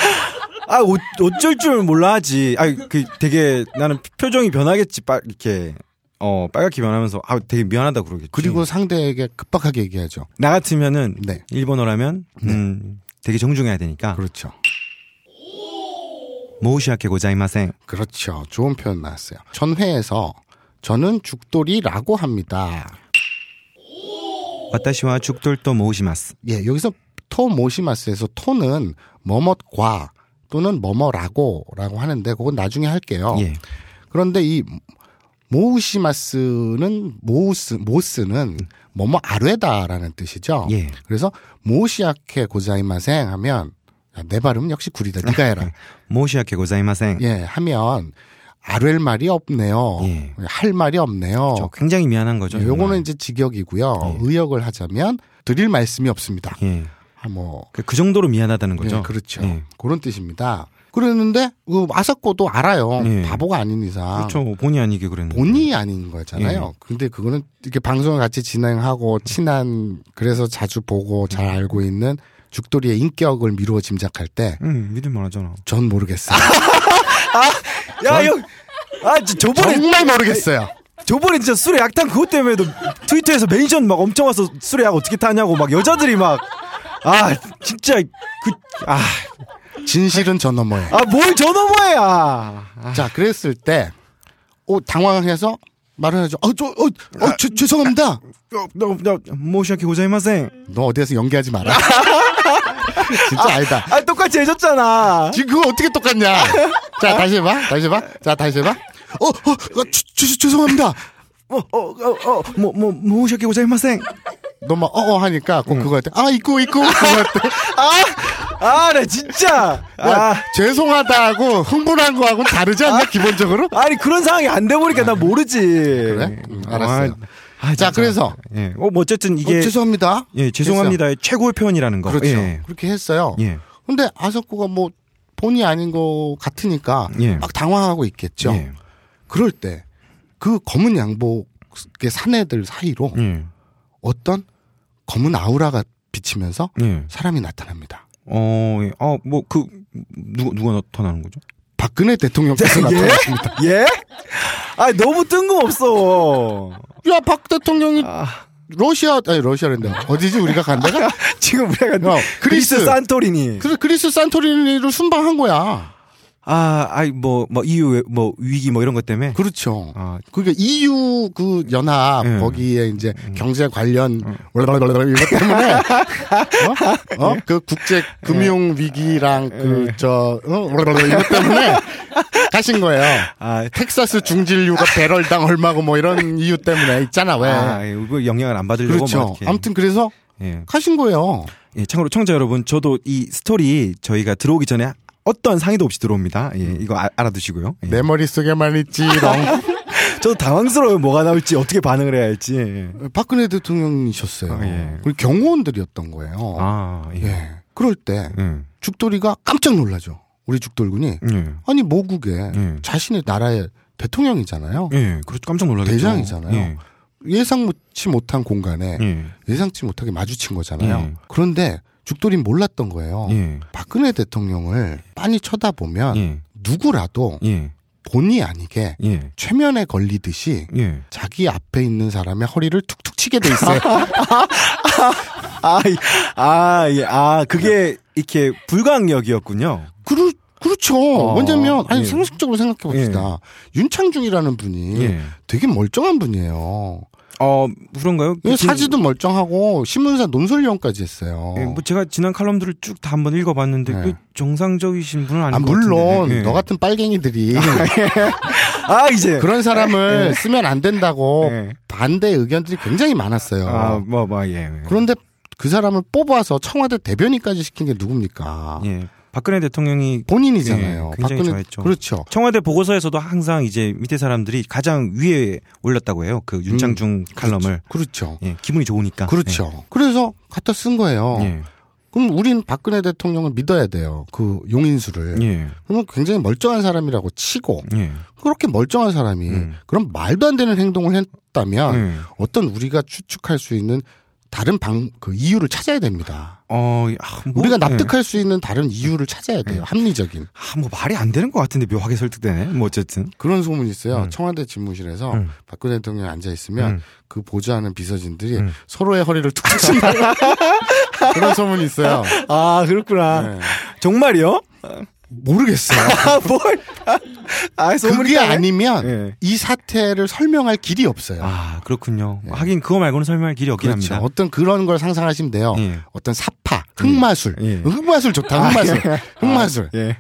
C: 어, 어쩔 줄 몰라하지. 아그 되게 나는 표정이 변하겠지. 빨 이렇게 어 빨갛게 변하면서 아 되게 미안하다 그러겠지.
A: 그리고 상대에게 급박하게 얘기하죠.
C: 나 같으면은
A: 네.
C: 일본어라면 음, 되게 정중해야 되니까
A: 그렇죠.
C: 모우시아케 고자이마생
A: 그렇죠. 좋은 표현 나왔어요. 전회에서 저는 죽돌이라고 합니다.
C: 와타시와 죽돌도 모우시마스
A: 예, 여기서 토 모시마스에서 토는 뭐뭇과 또는 뭐뭐라고라고 하는데 그건 나중에 할게요.
C: 예
A: 그런데 이 모우시마스는 모우스 모스는 뭐뭐 아뢰다라는 뜻이죠.
C: 예.
A: 그래서 모시아케 고자이마생 하면 야, 내 발음 역시 구리다. 네가 해라.
C: 모시아케 고자이마생.
A: 예, 하면 아뢰 말이 없네요.
C: 예.
A: 할 말이 없네요.
C: 저 굉장히 미안한 거죠.
A: 어. 예, 요거는
C: 정말.
A: 이제 직역이고요. 의역을 하자면 드릴 말씀이 없습니다.
C: 예.
A: 아, 뭐
C: 그, 그 정도로 미안하다는 거죠.
A: 예, 그렇죠.
C: 예.
A: 그런 뜻입니다. 그랬는데 그 아사코도 알아요.
C: 예.
A: 바보가 아닌 이상.
C: 그렇죠. 예. 본의 아니게 그랬는데.
A: 본의 아닌 거잖아요. 근데 그거는 이렇게 방송을 같이 진행하고 친한 그래서 자주 보고 잘 알고 있는 죽돌이의 인격을 미루어 짐작할
C: 응, 음, 믿을 만하잖아.
A: 때 전 모르겠어요.
C: 야, 형! 아, 저, 저번에,
A: 정말 모르겠어요.
C: 저번에 진짜 술의 약탕 그것 때문에도 트위터에서 매니저는 막 엄청 와서 술의 약 어떻게 타냐고 막 여자들이 막, 아, 진짜, 그, 아,
A: 진실은 저 너머에.
C: 아, 뭘 저놈아야! 아,
A: 자, 그랬을 때, 오, 당황해서 말을 하죠. 어, 저, 어, 어, 죄- 죄송합니다.
C: 너, 너, 모시아케 고자이마생.
A: 너 어디에서 연기하지 마라. 진짜 아니다.
C: 아, 똑같이 해줬잖아.
A: 지금 그거 어떻게 똑같냐? 자, 다시 해봐. 다시 해봐. 자, 다시 해봐. 어, 어, 어, 죄- 죄- 죄송합니다.
C: 어, 어, 어, 어, 뭐, 뭐, 모시아케 고자이마생.
A: 너무 어어 하니까
C: 음.
A: 꼭 그거 할때 아, 있고, 있고. 그거 할 때.
C: 아, 나 진짜.
A: 야,
C: 아.
A: 죄송하다고 흥분한 거하고는 다르지 않냐, 기본적으로?
C: 아니 그런 상황이 안 돼 보니까 나 모르지. 그래?
A: 음, 알았어요. 자, 그래서.
C: 예. 어, 뭐 어쨌든 아, 이게
A: 어, 죄송합니다.
C: 예, 죄송합니다의 최고의 표현이라는 거.
A: 그렇죠.
C: 예.
A: 그렇게 했어요.
C: 예.
A: 근데 아석구가 뭐 본의 아닌 거 같으니까
C: 예.
A: 막 당황하고 있겠죠.
C: 예.
A: 그럴 때 그 검은 양복의 사내들 사이로
C: 예.
A: 어떤 검은 아우라가 비치면서
C: 예.
A: 사람이 나타납니다.
C: 어, 예. 어, 뭐 그 누가 누가 나타나는 거죠?
A: 박근혜 대통령께서 나타났습니다.
C: 예? 아, 너무 뜬금없어.
A: 야, 박 대통령이
C: 아,
A: 러시아 아니 러시아랜데 어디지 우리가 간 데가?
C: 지금 우리가
A: 야,
C: 그리스,
A: 그리스
C: 산토리니.
A: 그래서 그리스 산토리니를 순방한 거야.
C: 아, 아이 뭐뭐 EU 외- 뭐 위기 뭐 이런 것 때문에.
A: 그렇죠.
C: 아,
A: 그러니까 EU 그 연합
C: 예.
A: 거기에 이제 경제 관련
C: 음.
A: 월라발라발라 이것 때문에 어?
C: 예.
A: 어? 그 국제 금융 위기랑 그저 어? 월라발라발라 이것 때문에 가신 거예요.
C: 아,
A: 텍사스 중진류가 배럴당 얼마고 뭐 이런 이유 때문에 있잖아 왜.
C: 아, 이거 영향을 안 받으려고 뭐
A: 그렇죠.
C: 이렇게.
A: 아무튼 그래서
C: 예.
A: 가신 거예요.
C: 예, 참고로 청자 여러분, 저도 이 스토리 저희가 들어오기 전에 어떤 상의도 없이 들어옵니다. 예, 이거 아- 알아두시고요. 예.
A: 내 머릿속에만 있지롱.
C: 저도 당황스러워요. 뭐가 나올지 어떻게 반응을 해야 할지. 예.
A: 박근혜 대통령이셨어요.
C: 아, 예.
A: 그리고 경호원들이었던 거예요.
C: 아, 예.
A: 예. 그럴 때
C: 예.
A: 죽돌이가 깜짝 놀라죠. 우리 죽돌군이
C: 예.
A: 아니 모국에
C: 예.
A: 자신의 나라의 대통령이잖아요.
C: 예. 그렇죠. 깜짝 놀라겠죠.
A: 대장이잖아요.
C: 예.
A: 예상치 못한 공간에
C: 예.
A: 예상치 못하게 마주친 거잖아요.
C: 예.
A: 그런데 죽돌이는 몰랐던 거예요.
C: 예.
A: 박근혜 대통령을 빤히 쳐다보면
C: 예.
A: 누구라도
C: 예.
A: 본의 아니게
C: 예.
A: 최면에 걸리듯이
C: 예.
A: 자기 앞에 있는 사람의 허리를 툭툭 치게 돼 있어요.
C: 아, 이- 아, 예. 아, 그게 이렇게 불강력이었군요.
A: 그러, 그렇죠.
C: 어,
A: 왜냐면, 아니,
C: 예.
A: 상식적으로 생각해봅시다. 윤창중이라는 분이
C: 예.
A: 되게 멀쩡한 분이에요.
C: 어, 그런가요?
A: 예, 사지도 멀쩡하고, 신문사 논설위원까지 했어요.
C: 예, 뭐 제가 지난 칼럼들을 쭉 다 한번 읽어봤는데
A: 예.
C: 그 정상적이신 분은 아닌
A: 아,
C: 것 같은데.
A: 물론,
C: 예.
A: 너 같은 빨갱이들이
C: 아 이제
A: 그런 사람을 쓰면 안 된다고
C: 예.
A: 반대 의견들이 굉장히 많았어요.
C: 아, 뭐, 뭐, 예. 예.
A: 그런데 그 사람을 뽑아서 청와대 대변인까지 시킨 게 누굽니까?
C: 예. 박근혜 대통령이
A: 본인이잖아요.
C: 예, 굉장히 좋아했죠.
A: 그렇죠.
C: 청와대 보고서에서도 항상 이제 밑에 사람들이 가장 위에 올렸다고 해요. 그 윤창중 칼럼을.
A: 그렇죠.
C: 예, 기분이 좋으니까.
A: 음, 그렇죠. 그래서 갖다 쓴 거예요.
C: 예. 예.
A: 그럼 우린 박근혜 대통령을 믿어야 돼요. 그 용인수를.
C: 예.
A: 그러면 굉장히 멀쩡한 사람이라고 치고
C: 예.
A: 그렇게 멀쩡한 사람이
C: 음.
A: 그런 말도 안 되는 행동을 했다면
C: 예.
A: 어떤 우리가 추측할 수 있는 다른 방 그 이유를 찾아야 됩니다.
C: 어, 아, 뭐,
A: 우리가
C: 예.
A: 납득할 수 있는 다른 이유를 찾아야 돼요. 합리적인
C: 아, 뭐 말이 안 되는 것 같은데 묘하게 설득되네. 뭐 어쨌든.
A: 그런 소문이 있어요.
C: 음.
A: 청와대 집무실에서
C: 음.
A: 박근혜 대통령이 앉아 있으면
C: 음.
A: 그 보좌하는 비서진들이
C: 음.
A: 서로의 허리를 툭툭 친다 그런 소문이 있어요.
C: 아, 그렇구나.
A: 네.
C: 정말이요?
A: 모르겠어요.
C: 아, 뭘. 아, 소문이
A: 그게
C: 나네.
A: 아니면
C: 아, 예.
A: 이 사태를 설명할 길이 없어요.
C: 아, 그렇군요. 하긴 그거 말고는 설명할 길이 없긴
A: 네. 그렇죠.
C: 합니다.
A: 어떤 그런 걸 상상하시면 돼요.
C: 예.
A: 어떤 사파, 흑마술. 어,
C: 예.
A: 흑마술 좋다, 흑마술. 흑마술.
C: 예.
A: 예.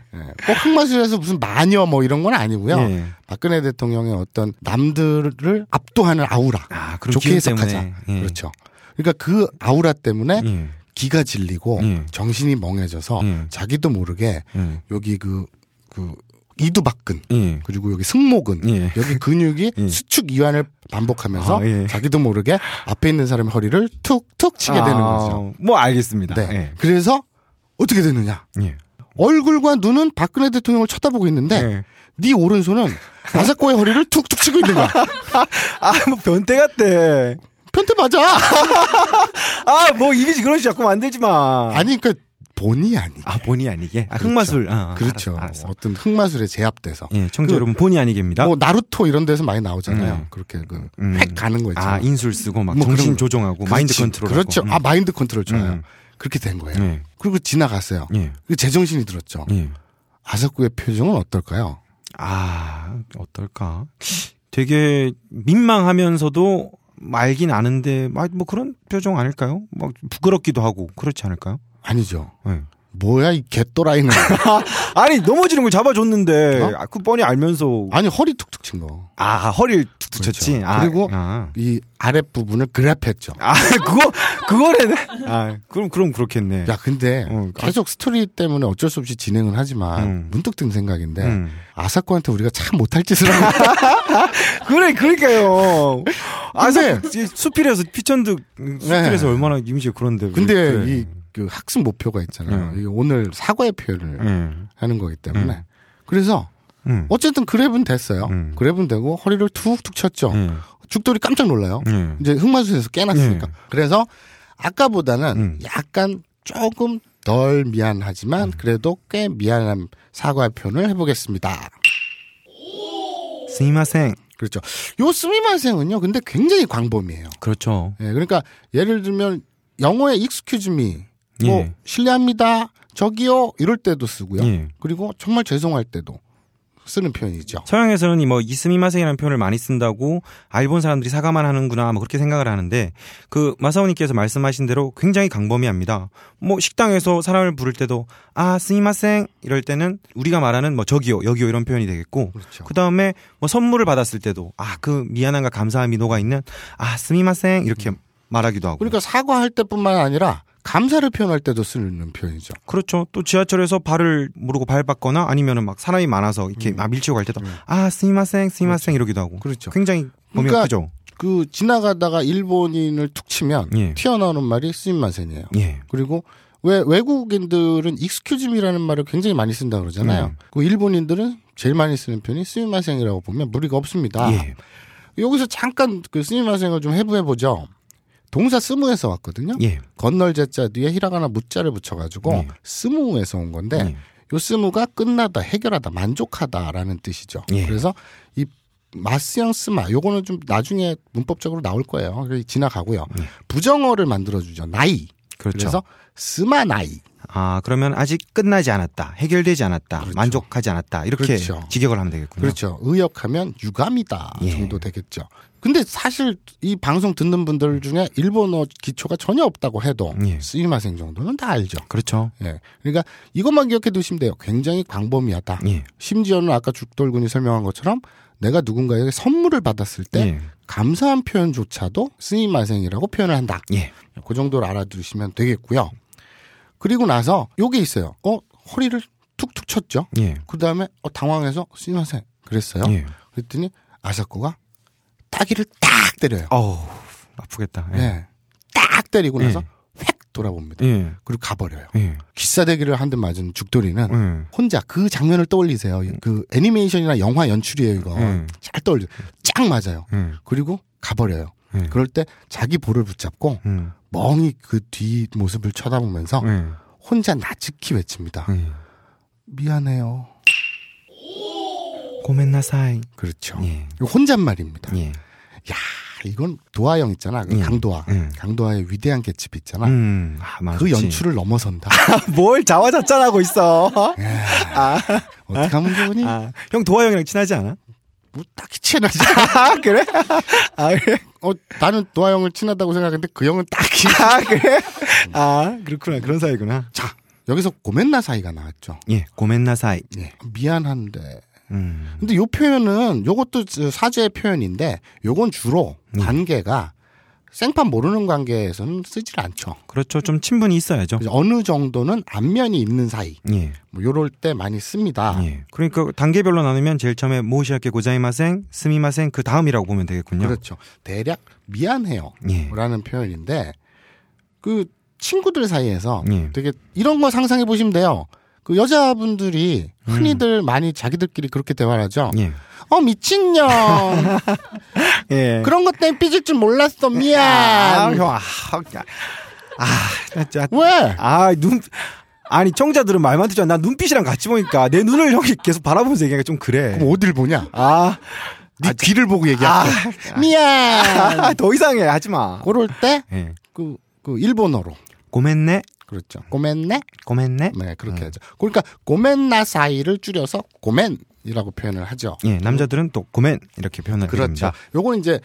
A: 꼭 흑마술에서 무슨 마녀 뭐 이런 건 아니고요.
C: 예.
A: 박근혜 대통령의 어떤 남들을 압도하는 아우라.
C: 아, 그런
A: 좋게
C: 기운
A: 해석하자.
C: 때문에. 예.
A: 그렇죠. 그러니까 그 아우라 때문에
C: 예.
A: 기가 질리고
C: 예.
A: 정신이 멍해져서
C: 예.
A: 자기도 모르게
C: 예.
A: 여기 그, 그 이두박근
C: 예.
A: 그리고 여기 승모근
C: 예.
A: 여기 근육이
C: 예.
A: 수축 이완을 반복하면서
C: 아, 예.
A: 자기도 모르게 앞에 있는 사람의 허리를 툭툭 치게 되는 거죠.
C: 뭐 알겠습니다.
A: 네.
C: 예.
A: 그래서 어떻게 되느냐?
C: 예.
A: 얼굴과 눈은 박근혜 대통령을 쳐다보고 있는데
C: 예.
A: 네 오른손은 아사코의 허리를 툭툭 치고 있는 거야.
C: 아, 뭐 변태 같대.
A: 변태 맞아.
C: 아, 뭐 이미지 그런 식으로 자꾸 만들지 마.
A: 아니 그러니까 본의 아니.
C: 아, 본의 아니게. 아, 흑마술. 아, 아,
A: 그렇죠.
C: 알았어, 알았어.
A: 어떤 흑마술에 제압돼서.
C: 예, 청자
A: 그-
C: 여러분 본의 아니게입니다.
A: 뭐 나루토 이런 데서 많이 나오잖아요.
C: 음.
A: 그렇게 그획
C: 음.
A: 가는 거 있잖아요.
C: 아, 인술 쓰고 막
A: 뭐 그런
C: 정신
A: 거.
C: 조종하고 마인드 컨트롤 하고.
A: 그렇죠. 아 마인드 컨트롤 좋아요.
C: 음.
A: 그렇게 된 거예요.
C: 예.
A: 그리고 지나갔어요.
C: 예.
A: 그 제정신이 들었죠.
C: 예.
A: 아사쿠의 표정은 어떨까요?
C: 아, 어떨까? 되게 민망하면서도 알긴 아는데 아, 뭐 그런 표정 아닐까요? 막 부끄럽기도 하고 그렇지 않을까요?
A: 아니죠.
C: 예.
A: 뭐야 이 개또라이는.
C: 아니 넘어지는 걸 잡아줬는데
A: 어?
C: 아, 그 뻔히 알면서
A: 아니 허리 툭툭 친 거.
C: 아 허리를 툭 붙였지.
A: 그렇죠.
C: 아,
A: 그리고
C: 아,
A: 이 아랫 부분을 그랩했죠.
C: 아 그거 그거래네. 아 그럼 그럼 그렇겠네.
A: 야 근데
C: 어,
A: 계속 스토리 때문에 어쩔 수 없이 진행은 하지만
C: 음.
A: 문득 든 생각인데
C: 음.
A: 아사쿠한테 우리가 참 못할 짓을 하고
C: 그래 그러니까요. 아
A: 근데-
C: 근데 수필에서 피천득 수필에서 얼마나 이미지 그런데. 왜
A: 근데
C: 그래.
A: 이그 학습 목표가 있잖아요.
C: 네. 음.
A: 이게 오늘 사과의 표현을
C: 음.
A: 하는 거기 때문에 그래서
C: 음.
A: 어쨌든 그랩은 됐어요.
C: 음.
A: 그랩은 되고 허리를 툭툭 쳤죠.
C: 음.
A: 죽돌이 깜짝 놀라요.
C: 음.
A: 이제 흑마술에서 깨났으니까.
C: 음.
A: 그래서 아까보다는
C: 음.
A: 약간 조금 덜 미안하지만 그래도 꽤 미안한 사과 표현을 해보겠습니다.
C: 스미마생.
A: 그렇죠. 요 스미마생은요. 근데 굉장히 광범위해요.
C: 그렇죠.
A: 예, 그러니까 예를 들면 영어의 excuse me, 뭐
C: 예.
A: 실례합니다, 저기요 이럴 때도 쓰고요.
C: 예.
A: 그리고 정말 죄송할 때도 쓰는 표현이죠.
C: 서양에서는 이 뭐 이스미마생이라는 표현을 많이 쓴다고 아 일본 사람들이 사과만 하는구나 뭐 그렇게 생각을 하는데 그 마사오님께서 말씀하신 대로 굉장히 광범위합니다. 뭐 식당에서 사람을 부를 때도 아 스미마생 이럴 때는 우리가 말하는 뭐 저기요 여기요 이런 표현이 되겠고
A: 그렇죠.
C: 다음에뭐 선물을 받았을 때도 아 그 미안함과 감사함이 녹아 있는 아 스미마생 이렇게 말하기도 하고
A: 음. 그러니까 사과할 때뿐만 아니라 감사를 표현할 때도 쓰는 표현이죠.
C: 그렇죠. 또 지하철에서 발을 모르고 밟았거나 아니면은 막 사람이 많아서 이렇게 막 밀치고 갈 때도 아 스미마생 스미마생 이러기도 하고
A: 음. 그렇죠.
C: 굉장히 범위가
A: 그러니까-
C: 크죠.
A: 그 지나가다가 일본인을 툭 치면
C: 예.
A: 튀어나오는 말이 스미마센이에요.
C: 예.
A: 그리고 왜 외국인들은 excuse me라는 말을 굉장히 많이 쓴다 그러잖아요.
C: 음.
A: 그 일본인들은 제일 많이 쓰는 표현이 스미마생이라고 보면 무리가 없습니다.
C: 예.
A: 여기서 잠깐 그 스미마생을 좀 해부해 보죠. 동사 스무에서 왔거든요.
C: 예.
A: 건널제자 뒤에 히라가나 무자를 붙여가지고
C: 예.
A: 스무에서 온 건데
C: 예.
A: 요 스무가 끝나다, 해결하다, 만족하다라는 뜻이죠.
C: 예.
A: 그래서 이 마스형 스마 요거는 좀 나중에 문법적으로 나올 거예요. 그래서 지나가고요. 부정어를 만들어주죠. 나이.
C: 그렇죠.
A: 그래서 스마 나이.
C: 아, 그러면 아직 끝나지 않았다. 해결되지 않았다.
A: 그렇죠.
C: 만족하지 않았다. 이렇게
A: 그렇죠.
C: 직역을 하면 되겠군요.
A: 그렇죠. 의역하면 유감이다
C: 예.
A: 정도 되겠죠. 근데 사실 이 방송 듣는 분들 중에 일본어 기초가 전혀 없다고 해도
C: 예.
A: 스이마생 정도는 다 알죠.
C: 그렇죠.
A: 예. 그러니까 이것만 기억해 두시면 돼요. 굉장히 광범위하다.
C: 예.
A: 심지어는 아까 죽돌군이 설명한 것처럼 내가 누군가에게 선물을 받았을 때
C: 예.
A: 감사한 표현조차도 스이마생이라고 표현을 한다.
C: 예.
A: 그 정도로 알아두시면 되겠고요. 그리고 나서 요게 있어요. 어 허리를 툭툭 쳤죠.
C: 예.
A: 그 다음에 어, 당황해서 스이마생 그랬어요.
C: 예.
A: 그랬더니 아사코가 따기를 딱 때려요.
C: 어우, 아프겠다.
A: 예. 딱 때리고 나서
C: 예.
A: 휙 돌아봅니다.
C: 예. 예.
A: 그리고 가버려요.
C: 예.
A: 기싸대기를 한 대 맞은 죽돌이는
C: 예.
A: 혼자 그 장면을 떠올리세요. 그 애니메이션이나 영화 연출이에요, 이거.
C: 예.
A: 잘 떠올려. 쫙 맞아요.
C: 예.
A: 그리고 가버려요.
C: 예.
A: 그럴 때 자기 볼을 붙잡고
C: 음.
A: 멍이 그 뒷모습을 쳐다보면서
C: 예.
A: 혼자 나직히 외칩니다.
C: 예.
A: 미안해요.
C: 고멘나사이.
A: 그렇죠.
C: 예.
A: 이거 혼잣말입니다.
C: 예.
A: 야 이건 도화영 있잖아. 그
C: 예.
A: 강도화.
C: 예.
A: 강도화의 위대한 개집 있잖아.
C: 음, 아, 맞지. 아,
A: 그 연출을 넘어선다.
C: 뭘 자화자찬하고 있어? 아,
A: 어떻게 하면 좋으니?
C: 아, 형 도화 형이랑 친하지 않아?
A: 뭐 딱히 친하지.
C: 아 그래? 아 그래?
A: 어, 나는 도화영을 친하다고 생각했는데 그 형은 딱히.
C: 아 그래? 아 그렇구나 그런 사이구나.
A: 자, 여기서 고멘나 사이가 나왔죠.
C: 예, 고멘나 사이.
A: 예. 미안한데.
C: 음,
A: 근데 요 표현은 요것도 저 사제의 표현인데 요건 주로
C: 음.
A: 관계가 생판 모르는 관계에서는 쓰질 않죠.
C: 그렇죠. 좀 친분이 있어야죠.
A: 그래서 어느 정도는 안면이 있는 사이.
C: 예.
A: 뭐 요럴 때 많이 씁니다.
C: 예. 그러니까 단계별로 나누면 제일 처음에 모시아케 고자이마생, 스미마생 그 다음이라고 보면 되겠군요.
A: 그렇죠. 대략 미안해요.
C: 예.
A: 라는 표현인데 그 친구들 사이에서
C: 예.
A: 되게 이런 거 상상해 보시면 돼요. 그 여자분들이 흔히들 많이 자기들끼리 그렇게 대화를 하죠.
C: 음. 예.
A: 어 미친년
C: 예.
A: 그런 것 때문에 삐질 줄 몰랐어
C: 아,
A: 미안
C: 형, 아, 야. 아, 진짜.
A: 왜
C: 아, 눈. 아니, 청자들은 말만 듣지 않나 눈빛이랑 같이 보니까 내 눈을 형이 계속 바라보면서 얘기하니까 좀 그래.
A: 그럼 어딜 보냐
C: 아,
A: 네 귀를 보고
C: 아,
A: 얘기할게 미안
C: 아, 더 이상해. 하지 마.
A: 그럴
C: 예.
A: 때 그 그 일본어로
C: 고멘네,
A: 그렇죠 고멘네
C: 고멘네.
A: 네 그렇게
C: 음.
A: 하죠 그러니까 고멘나 사이를 줄여서 고멘이라고 표현을 하죠
C: 예, 남자들은 또 고멘 이렇게 표현을
A: 그렇죠.
C: 합니다.
A: 요건 이제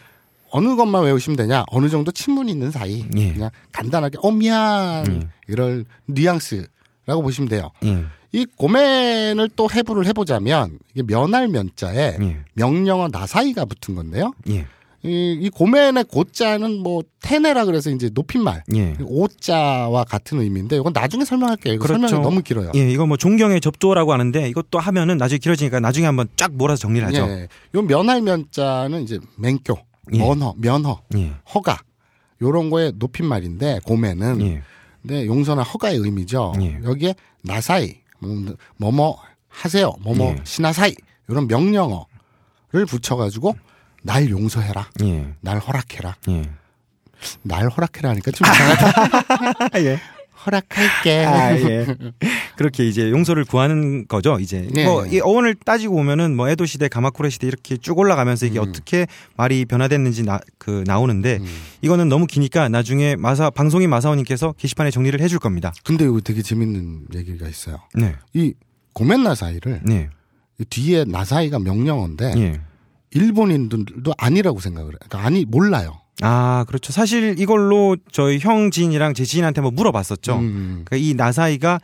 A: 어느 것만 외우시면 되냐? 어느 정도 친분이 있는 사이.
C: 예.
A: 그냥 간단하게 어 미안 이럴 뉘앙스라고 보시면 돼요.
C: 예.
A: 이 고맨을 또 해부를 해보자면 이게 면할 면자에
C: 예.
A: 명령어 나사이가 붙은 건데요.
C: 예.
A: 이, 이 고맨의 고자는 뭐 테네라 그래서 이제 높임말
C: 예.
A: 오자와 같은 의미인데 이건 나중에 설명할게요. 이거 설명이 너무 길어요.
C: 예, 이거 뭐 존경의 접조라고 하는데 이것도 하면은 나중에 길어지니까 나중에 한번 쫙 몰아서 정리를 하죠.
A: 예. 요 면할 면자는 이제 맹교,
C: 예.
A: 면허, 면허,
C: 예.
A: 허가 요런 거에 높임말인데 고매는
C: 예.
A: 네, 용서나 허가의 의미죠.
C: 예.
A: 여기에 나사이 음, 뭐뭐 하세요, 뭐뭐
C: 예.
A: 시나사이 이런 명령어를 붙여가지고 날 용서해라,
C: 예.
A: 날 허락해라,
C: 예.
A: 날 허락해라 하니까 좀 이상하다.
C: 예.
A: 허락할게.
C: 아, 예. 그렇게 이제 용서를 구하는 거죠. 이제
A: 예.
C: 뭐 이 어원을 따지고 보면은 뭐 에도 시대, 가마쿠레 시대 이렇게 쭉 올라가면서
A: 음.
C: 이게 어떻게 말이 변화됐는지 나, 그 나오는데 이거는 너무 기니까 나중에 마사 방송인 마사오님께서 게시판에 정리를 해줄 겁니다.
A: 근데 이거 되게 재밌는 얘기가 있어요.
C: 네,
A: 이 고멘 나사이를
C: 네,
A: 이 뒤에 나사이가 명령어인데
C: 예.
A: 일본인들도 아니라고 생각을 해. 그러니까 아니 몰라요.
C: 아 그렇죠. 사실 이걸로 저희 형 지인이랑 제 지인한테 한번 물어봤었죠.
A: 음,
C: 그러니까 이 나사이가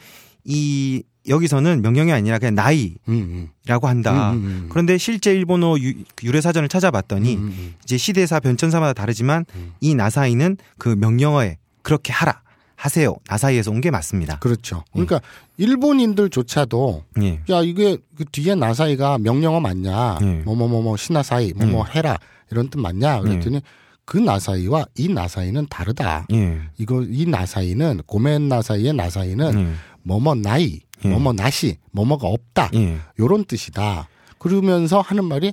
C: 이 여기서는 명령이 아니라 그냥 나이라고
A: 음, 음,
C: 한다.
A: 음, 음, 음.
C: 그런데 실제 일본어 유, 그 유래 사전을 찾아봤더니
A: 음, 음.
C: 이제 시대사 변천사마다 다르지만 이 나사이는 그 명령어에 그렇게 하라 하세요 나사이에서 온 게 맞습니다.
A: 그렇죠. 그러니까 일본인들조차도
C: 예.
A: 야 이게 그 뒤에 나사이가 명령어 맞냐?
C: 예. 음.
A: 뭐뭐뭐뭐 신나사이 뭐뭐 해라 이런 뜻 맞냐? 그랬더니 그 나사이와 이 나사이는 다르다.
C: 예.
A: 이거 이 나사이는 고멘 나사이의 나사이는
C: 예.
A: 뭐뭐 나이,
C: 예.
A: 뭐뭐 나시, 뭐뭐가 없다.
C: 예.
A: 요런 뜻이다. 그러면서 하는 말이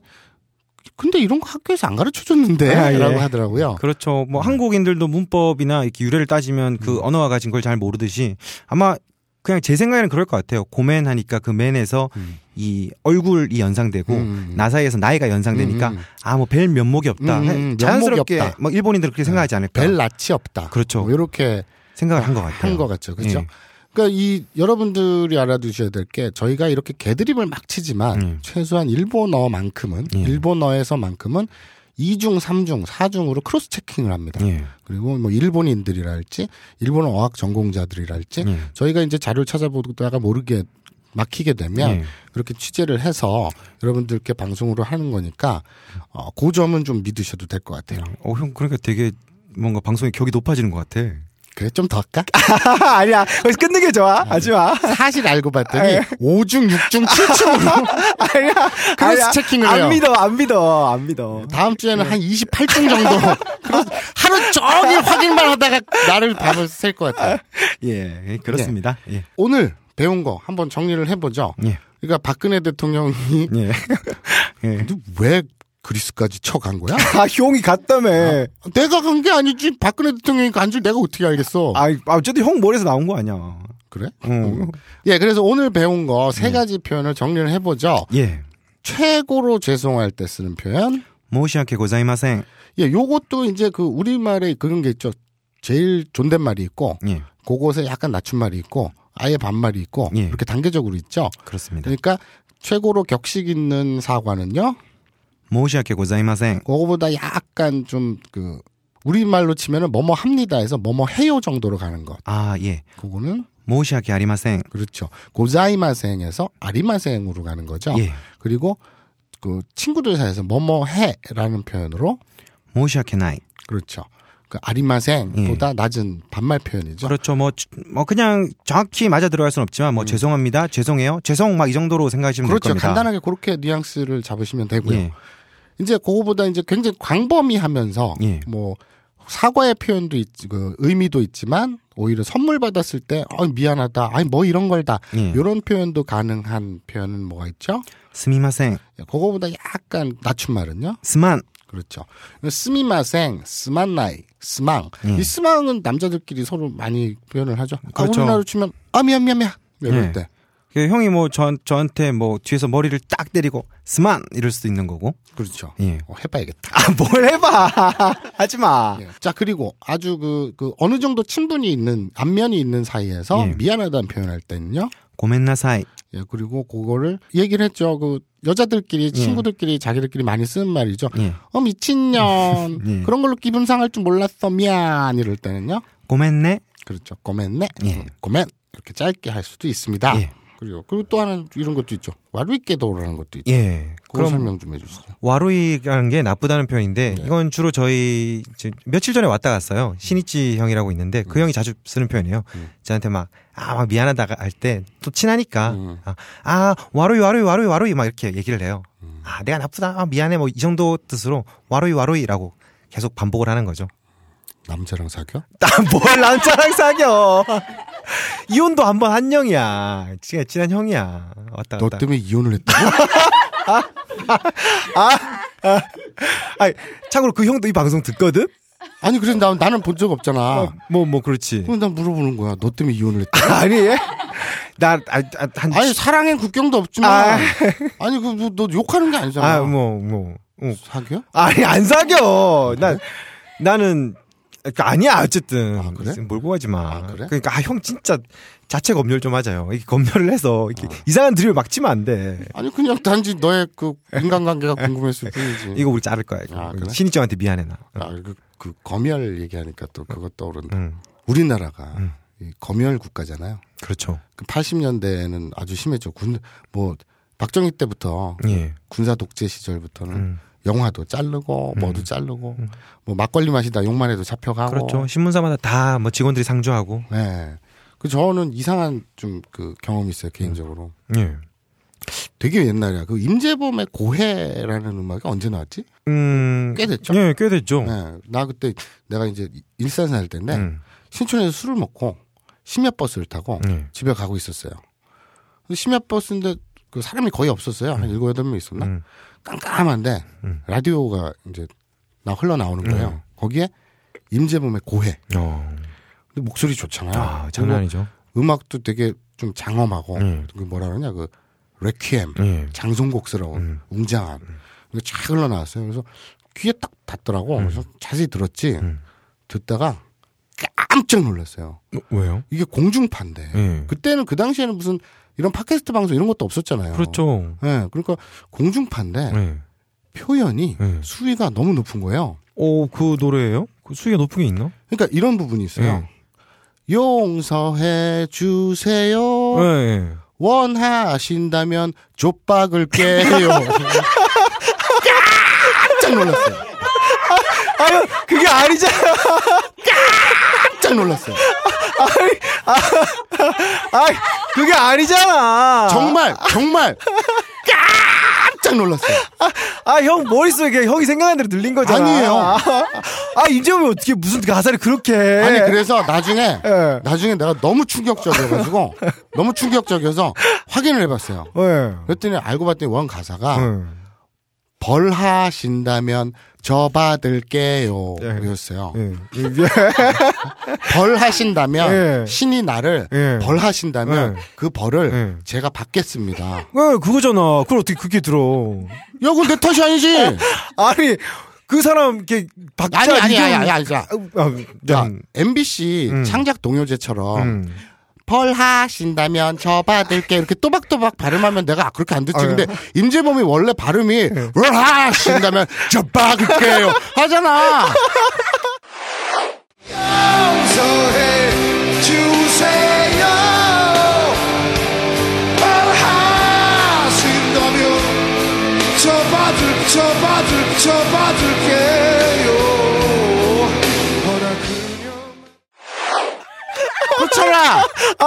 A: 근데 이런 거 학교에서 안 가르쳐 줬는데
C: 아, 예.
A: 라고 하더라고요.
C: 그렇죠. 뭐 한국인들도 문법이나 이렇게 유래를 따지면 그 언어와 가진 걸 잘 모르듯이 아마 그냥 제 생각에는 그럴 것 같아요. 고맨 하니까 그 맨에서 이 얼굴이 연상되고
A: 음.
C: 나사이에서 나이가 연상되니까
A: 음.
C: 아 뭐 별 면목이 없다.
A: 음, 음,
C: 자연스럽게
A: 면목이 없다.
C: 뭐 일본인들은 그렇게 생각하지 않을까
A: 벨 낯이 없다.
C: 그렇죠.
A: 뭐 이렇게
C: 생각을 한 것 같아요.
A: 한 것 같죠. 그렇죠?
C: 예.
A: 그러니까 이 여러분들이 알아두셔야 될 게 저희가 이렇게 개드립을 막 치지만
C: 음.
A: 최소한 일본어만큼은
C: 예.
A: 일본어에서만큼은 이중삼중사중으로 크로스 체킹을 합니다.
C: 예.
A: 그리고 뭐 일본인들이랄지 일본어 어학 전공자들이랄지
C: 예.
A: 저희가 이제 자료를 찾아보다가 모르게 막히게 되면
C: 예.
A: 그렇게 취재를 해서 여러분들께 방송으로 하는 거니까 어, 그 점은 좀 믿으셔도 될 것 같아요.
C: 어, 형, 그러니까 되게 뭔가 방송의 격이 높아지는 것 같아.
A: 그래 좀 더 할까?
C: 아니야. 거기서 끊는 게 좋아. 하지 마.
A: 사실 알고 봤더니 오중육중칠중으로
C: 아니야.
A: 크로스 체킹을 해요.
C: 안 믿어, 안 믿어.
A: 다음 주에는 한 28중 정도 그래서 하루 종일 확인만 하다가 나를 밤을 샐 것 같아요.
C: 예, 그렇습니다. 예.
A: 오늘 배운 거 한번 정리를 해보죠.
C: 예.
A: 그러니까 박근혜 대통령이
C: 예. 예.
A: 왜 그리스까지 쳐간 거야?
C: 아, 형이
A: 어.
C: 갔다며.
A: 내가 간 게 아니지. 박근혜 대통령이 간 줄 내가 어떻게 알겠어?
C: 아, 아, 어쨌든 형 머리에서 나온 거 아니야. 어.
A: 그래?
C: 응.
A: 예, 그래서 오늘 배운 거 세 가지 표현을 정리를 해보죠.
C: 예.
A: 최고로 죄송할 때 쓰는 표현,
C: 모시아케 고자이마생.
A: 예, 요것도 이제 그 우리말에 그런 게 있죠. 제일 존댓말이 있고,
C: 예,
A: 그곳에 약간 낮춤말이 있고, 아예 반말이 있고,
C: 예. 네.
A: 이렇게 단계적으로 있죠.
C: 그렇습니다.
A: 그러니까 최고로 격식 있는 사과는요,
C: 모시아케 고자이마생.
A: 그거보다 약간 좀 그, 우리말로 치면은 뭐뭐 합니다 해서 뭐뭐 해요 정도로 가는 것.
C: 아, 예.
A: 그거는,
C: 모시아케 아리마생.
A: 그렇죠. 고자이마생에서 아리마생으로 가는 거죠.
C: 예.
A: 그리고 그 친구들 사이에서 뭐뭐 해라는 표현으로
C: 모시아케 나이.
A: 그렇죠. 그 아리마생보다
C: 예.
A: 낮은 반말 표현이죠.
C: 그렇죠. 뭐, 주- 뭐 그냥 정확히 맞아 들어갈 순 없지만 뭐 죄송합니다, 죄송해요, 죄송 막 이 정도로 생각하시면
A: 음。 그렇죠.
C: 될 겁니다.
A: 간단하게 그렇게 뉘앙스를 잡으시면 되고요.
C: 예,
A: 이제 그거보다 이제 굉장히 광범위하면서
C: 예.
A: 뭐 사과의 표현도 있, 그 의미도 있지만 오히려 선물 받았을 때 어, 미안하다. 아니 뭐 이런 걸다.
C: 예.
A: 이런 표현도 가능한 표현은 뭐가 있죠? 예,
C: 스미마생,
A: 그거보다 약간 낮춘 말은요?
C: 스만.
A: 그렇죠. 스미마생, 스만나이, 스망.
C: 예.
A: 이 스망은 남자들끼리 서로 많이 표현을 하죠. 아,
C: 그렇죠.
A: 우리나라로 치면 아 미안 미안 미안 이럴
C: 예.
A: 때.
C: 그 형이 뭐 저, 저한테 뭐 뒤에서 머리를 딱 때리고 스만 이럴 수도 있는 거고.
A: 그렇죠.
C: 예.
A: 어, 해봐야겠다.
C: 아, 뭘 해봐. 하지 마.
A: 예. 자 그리고 아주 그, 그 어느 정도 친분이 있는 안면이 있는 사이에서
C: 예.
A: 미안하다는 표현할 때는요.
C: 고멘나사이.
A: 예 그리고 그거를 얘기를 했죠. 그 여자들끼리 친구들끼리 자기들끼리 많이 쓰는 말이죠.
C: 예.
A: 어 미친년
C: 예.
A: 그런 걸로 기분 상할 줄 몰랐어 미안 이럴 때는요.
C: 고멘네.
A: 그렇죠. 고멘네.
C: 예.
A: 고멘. 이렇게 짧게 할 수도 있습니다.
C: 예.
A: 그리고 그리고 또 하나 이런 것도 있죠. 와루이깨도라는 것도 있죠.
C: 예.
A: 그거
C: 그럼
A: 설명 좀 해주세요.
C: 와루이라는 게 나쁘다는 표현인데 이건 주로 저희 이제 며칠 전에 왔다 갔어요. 신이치 형이라고 있는데 그 형이 자주 쓰는 표현이에요. 저한테 막 아, 막 미안하다 할 때 또 친하니까 아, 아, 와루이 와루이 와루이 와루이 막 이렇게 얘기를 해요. 아, 내가 나쁘다. 아, 미안해. 뭐 이 정도 뜻으로 와루이 와루이라고 계속 반복을 하는 거죠.
A: 남자랑 사겨?
C: 나뭘 남자랑 사겨. 이혼도 한 번 한 형이야. 진짜 친한 형이야. 왔다
A: 너
C: 갔다.
A: 때문에 이혼을 했다고?
C: 아니, 참고로 그 형도 이 방송 듣거든?
A: 아니 그래서 나, 나는 본 적 없잖아.
C: 뭐, 뭐, 그렇지.
A: 그럼 난 물어보는 거야. 너 때문에 이혼을 했다.
C: 아니, 예? 나, 아, 아, 한,
A: 아니 사랑엔 국경도 없지만
C: 아.
A: 아니 그 너 욕하는 게 아니잖아.
C: 아, 뭐, 뭐. 어.
A: 사겨?
C: 아니, 안 사겨. 나, 나는, 그러니까 아니야, 어쨌든.
A: 아, 그래?
C: 몰고 가지 마.
A: 아, 그래?
C: 러니까 아, 형 진짜 자체 검열 좀 하자요. 이렇게 검열을 해서, 이렇게
A: 아.
C: 이상한 드립을 막 치면 안 돼.
A: 아니 그냥 단지 너의 그 인간관계가 궁금했을 뿐이지.
C: 아. 이거 음, 우리 자를 거야, 이거.
A: 아, 그래?
C: 신입정한테 미안해, 나.
A: 아, 그, 그 검열 얘기하니까 또 그것 떠오른다.
C: 응.
A: 우리나라가
C: 음.
A: 이 검열 국가잖아요.
C: 그렇죠.
A: 그 80년대에는 아주 심했죠. 군 뭐 박정희 때부터
C: 예.
A: 군사 독재 시절부터는
C: 음.
A: 영화도 자르고 뭐도 자르고 뭐 막걸리 마시다 욕만 해도 잡혀가고.
C: 그렇죠. 신문사마다 다 뭐 직원들이 상주하고.
A: 네. 그 저는 이상한 좀 그 경험이 있어요 개인적으로.
C: 예.
A: 되게 옛날이야. 그 임재범의 고해라는 음악이 언제 나왔지?
C: 음.
A: 꽤 됐죠?
C: 예, 꽤 됐죠.
A: 네. 나 그때 내가 이제 일산 살 때인데
C: 음.
A: 신촌에서 술을 먹고 심야 버스를 타고
C: 네.
A: 집에 가고 있었어요. 근데 심야 버스인데 그 사람이 거의 없었어요. 한 일곱 여덟 명 있었나?
C: 음.
A: 깜깜한데 라디오가 이제 나 흘러 나오는 거예요.
C: 네.
A: 거기에 임재범의 고해.
C: 어.
A: 근데 목소리 좋잖아요.
C: 아, 장난 아니죠.
A: 그리고 음악도 되게 좀 장엄하고
C: 음.
A: 그 뭐라 그러냐 그 레퀴엠
C: 예.
A: 장송곡스러운
C: 음.
A: 웅장한 이거 쫙 흘러 나왔어요. 그래서 귀에 딱 닿더라고.
C: 음.
A: 그래서 자세히 들었지. 듣다가 깜짝 놀랐어요.
C: 왜요?
A: 이게 공중파인데
C: 예.
A: 그때는 그 당시에는 무슨 이런 팟캐스트 방송 이런 것도 없었잖아요.
C: 그렇죠.
A: 예, 그러니까 공중파인데
C: 예.
A: 표현이
C: 예.
A: 수위가 너무 높은 거예요.
B: 어,
C: 오, 그 노래예요? 그 수위가 높은 게 있나?
A: 그러니까 이런 부분이
C: 음.
A: 있어요. 용서해 주세요.
C: 예, 예.
A: 원하신다면 족박을 깨요. 깜짝 놀랐어요.
C: 아유, 그게 아니잖아.
A: 깜짝 놀랐어요.
C: 아, 그게 아니잖아.
A: 정말 정말 깜짝 놀랐어요.
C: 아, 형 머릿속에 그냥 형이 생각하는 대로 늘린 거잖아.
A: 아니에요.
C: 아, 임재범이 어떻게 무슨 가사를 그렇게 해.
A: 아니 그래서 나중에
C: 예.
A: 나중에 내가 너무 충격적이어가지고 너무 충격적이어서 확인을 해봤어요.
C: 예.
A: 그랬더니 알고 봤더니 원 가사가
C: 음.
A: 벌하신다면 저 받을게요.
C: 예.
A: 이었어요.
C: 예.
A: 벌하신다면
C: 예.
A: 신이 나를
C: 예.
A: 벌하신다면
C: 예.
A: 그 벌을
C: 예.
A: 제가 받겠습니다.
C: 예, 그거잖아. 그걸 어떻게 그게 들어.
A: 야, 그건 내 탓이 아니지.
C: 아니
B: 그 사람 이렇게 박자
A: 아니 아니
B: 리듬-
A: 아니 아니 자,
B: 아, 네.
A: 자 MBC
B: 음.
A: 그러니까 창작 동요제처럼
B: 음.
A: 벌 하신다면 저 받을게 이렇게 또박또박 발음하면 내가 그렇게 안 듣지
B: 아,
A: 근데 임재범이 원래 발음이
B: 예.
A: 벌 하신다면 저 받을게요 하잖아
E: 용서해 주세요 말하신다면 저 받을 저 받을 저 받을게요 허나 그녀
A: 그렇잖아
B: 아,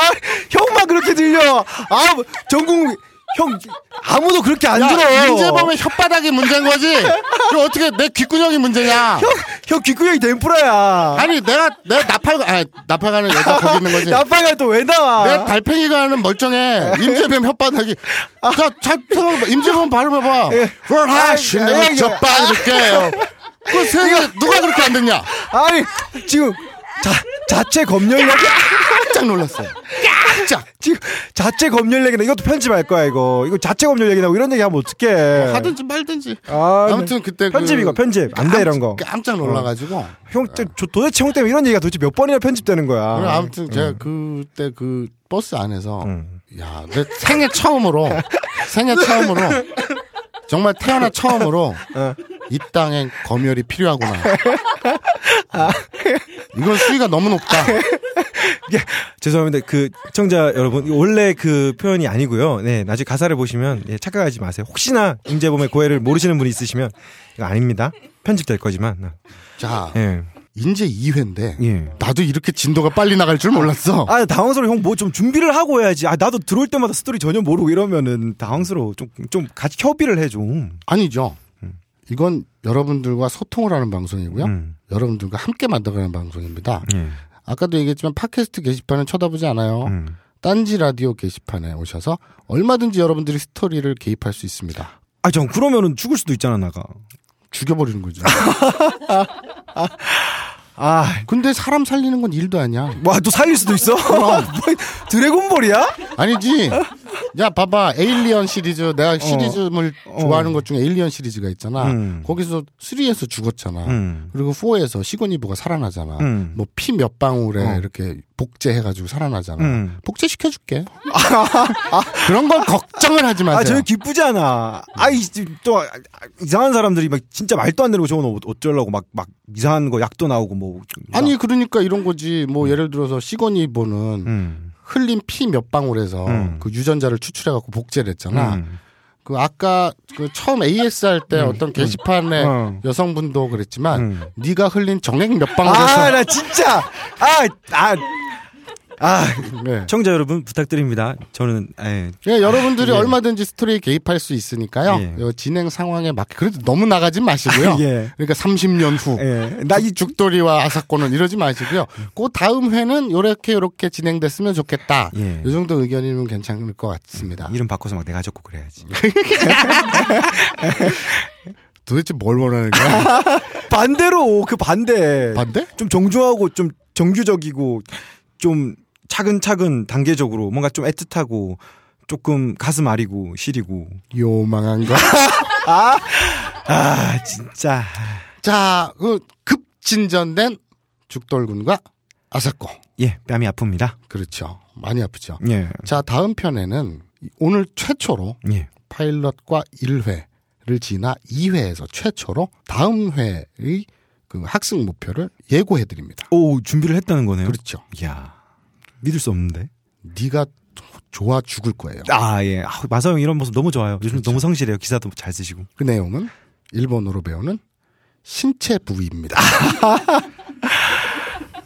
B: 형만 그렇게 들려. 아, 전국 형 아무도 그렇게 안
A: 야,
B: 들어.
A: 임재범의 혓바닥이 문제인 거지 그럼 어떻게 내 귓구녕이 문제냐
B: 형, 형 귓구녕이 덴뿌라야.
A: 아니 내가 내 나팔 아 나팔가는 여자 거기 있는 거지 네?
B: 나빠가 또 왜
A: 내가
B: 나와?
A: 달팽이가 하는 멀쩡해. 임재범 혓바닥이. 자, 자, 생각해봐. 임재범 발음해봐. 뭘
B: 아,
A: 하시네.
B: 예.
A: 저빠질게요. 그 세상에 누가 그렇게 안 됐냐?
B: 아니 지금 자 자체 검열력이
A: 깜짝 놀랐어요. 깜짝.
B: 지금 자체 검열력이나 이것도 편집할 거야 이거 이거 자체 검열력이나 이런 얘기하면 어떡해?
A: 하든지 말든지.
B: 아,
A: 아무튼 그때 그-
B: 편집 이거 편집 안 돼 이런 거.
A: 깜짝 놀라가지고.
B: 형 저, 저 도대체 형 때문에 이런 얘기가 도대체 몇 번이나 편집되는 거야?
A: 그래, 아무튼 제가 그때 그 버스 안에서
B: 예. 음.
A: 야, 내 생애 처음으로 생애 처음으로 정말 태어나 처음으로
B: 어.
A: 이 땅엔 검열이 필요하구나. 이건 수위가 너무 높다.
B: 예, 죄송합니다. 그 청자 여러분 원래 그 표현이 아니고요. 네 나중에 가사를 보시면 예, 착각하지 마세요. 혹시나 임재범의 고해를 모르시는 분이 있으시면 이거 아닙니다. 편집될 거지만
A: 자,
B: 예.
A: 이제 2회인데
B: 예.
A: 나도 이렇게 진도가 빨리 나갈 줄 몰랐어.
B: 아 당황스러워 형 뭐 좀 준비를 하고 해야지. 아 나도 들어올 때마다 스토리 전혀 모르고 이러면은 음, 당황스러워 좀 좀 같이 협의를 해 좀.
A: 아니죠. 이건 여러분들과 소통을 하는 방송이고요.
B: 음.
A: 여러분들과 함께 만들어가는 방송입니다.
B: 예.
A: 아까도 얘기했지만 팟캐스트 게시판은 쳐다보지 않아요.
B: 음.
A: 딴지 라디오 게시판에 오셔서 얼마든지 여러분들이 스토리를 개입할 수 있습니다.
B: 아전 그러면은 죽을 수도 있잖아 나가.
A: 죽여버리는 거죠.
B: 아.
A: 근데 사람 살리는 건 일도 아니야.
B: 와, 또 살릴 수도 있어? 뭐, 드래곤볼이야?
A: 아니지. 야, 봐봐. 에일리언 시리즈. 내가 시리즈물 좋아하는 것 중에 에일리언 시리즈가 있잖아.
B: 어. 음.
A: 거기서 3에서 죽었잖아.
B: 음.
A: 그리고 4에서 시고니브가 살아나잖아.
B: 음.
A: 뭐 피 몇 방울에
B: 어.
A: 이렇게 복제해가지고 살아나잖아.
B: 음.
A: 복제시켜줄게. 아, 그런 건 걱정을 하지 마세요.
B: 아, 저는 기쁘지 않아. 아, 이, 지금 또, 아, 이상한 사람들이 막 진짜 말도 안 되는 거 저거 어쩌려고 막, 막 이상한 거 약도 나오고 뭐. 좀
A: 아니, 그러니까 이런 거지. 뭐 예를 들어서 시고니브는
B: 음.
A: 흘린 피 몇 방울에서
B: 음.
A: 그 유전자를 추출해갖고 복제를 했잖아.
B: 음.
A: 그 아까 그 처음 AS 할 때 어떤 게시판에
B: 어.
A: 여성분도 그랬지만
B: 음.
A: 네가 흘린 정액 몇 방울에서
B: 아, 나 진짜. 아, 아. 아,
A: 네.
B: 청자 여러분 부탁드립니다. 저는, 예.
A: 예, 여러분들이 얼마든지 스토리에 개입할 수 있으니까요.
B: 예.
A: 요 진행 상황에 맞게 그래도 너무 나가진 마시고요.
B: 예.
A: 그러니까 30년 후.
B: 예. 나 이,
A: 죽돌이와 아사코는 이러지 마시고요. 그 다음 회는 요렇게 요렇게 진행됐으면 좋겠다.
B: 예.
A: 요 정도 의견이면 괜찮을 것 같습니다.
B: 이름 바꿔서 막 내가 적고 그래야지.
A: 도대체 뭘 원하는 거야?
B: 반대로, 그 반대.
A: 반대?
B: 좀 정중하고 좀 정규적이고 좀 차근차근 단계적으로 뭔가 좀 애틋하고 조금 가슴 아리고 시리고
A: 요망한 거.
B: 아 진짜
A: 자, 그 급진전된 죽돌군과 아사코.
B: 예 뺨이 아픕니다
A: 그렇죠. 많이 아프죠.
B: 예예
A: 자, 다음 편에는 오늘 최초로 파일럿과 1회를 지나 2회에서 최초로 다음 회의 그 학습 목표를 예고해 드립니다.
B: 오 준비를 했다는 거네요
A: 그렇죠.
B: 이야 믿을 수 없는데
A: 네가 좋아 죽을 거예요.
B: 아예 그렇죠. 아, 마사형 이런 모습 너무 좋아요 요즘 너무 성실해요 기사도 잘 쓰시고
A: 그 내용은 일본어로 배우는 신체 부위입니다.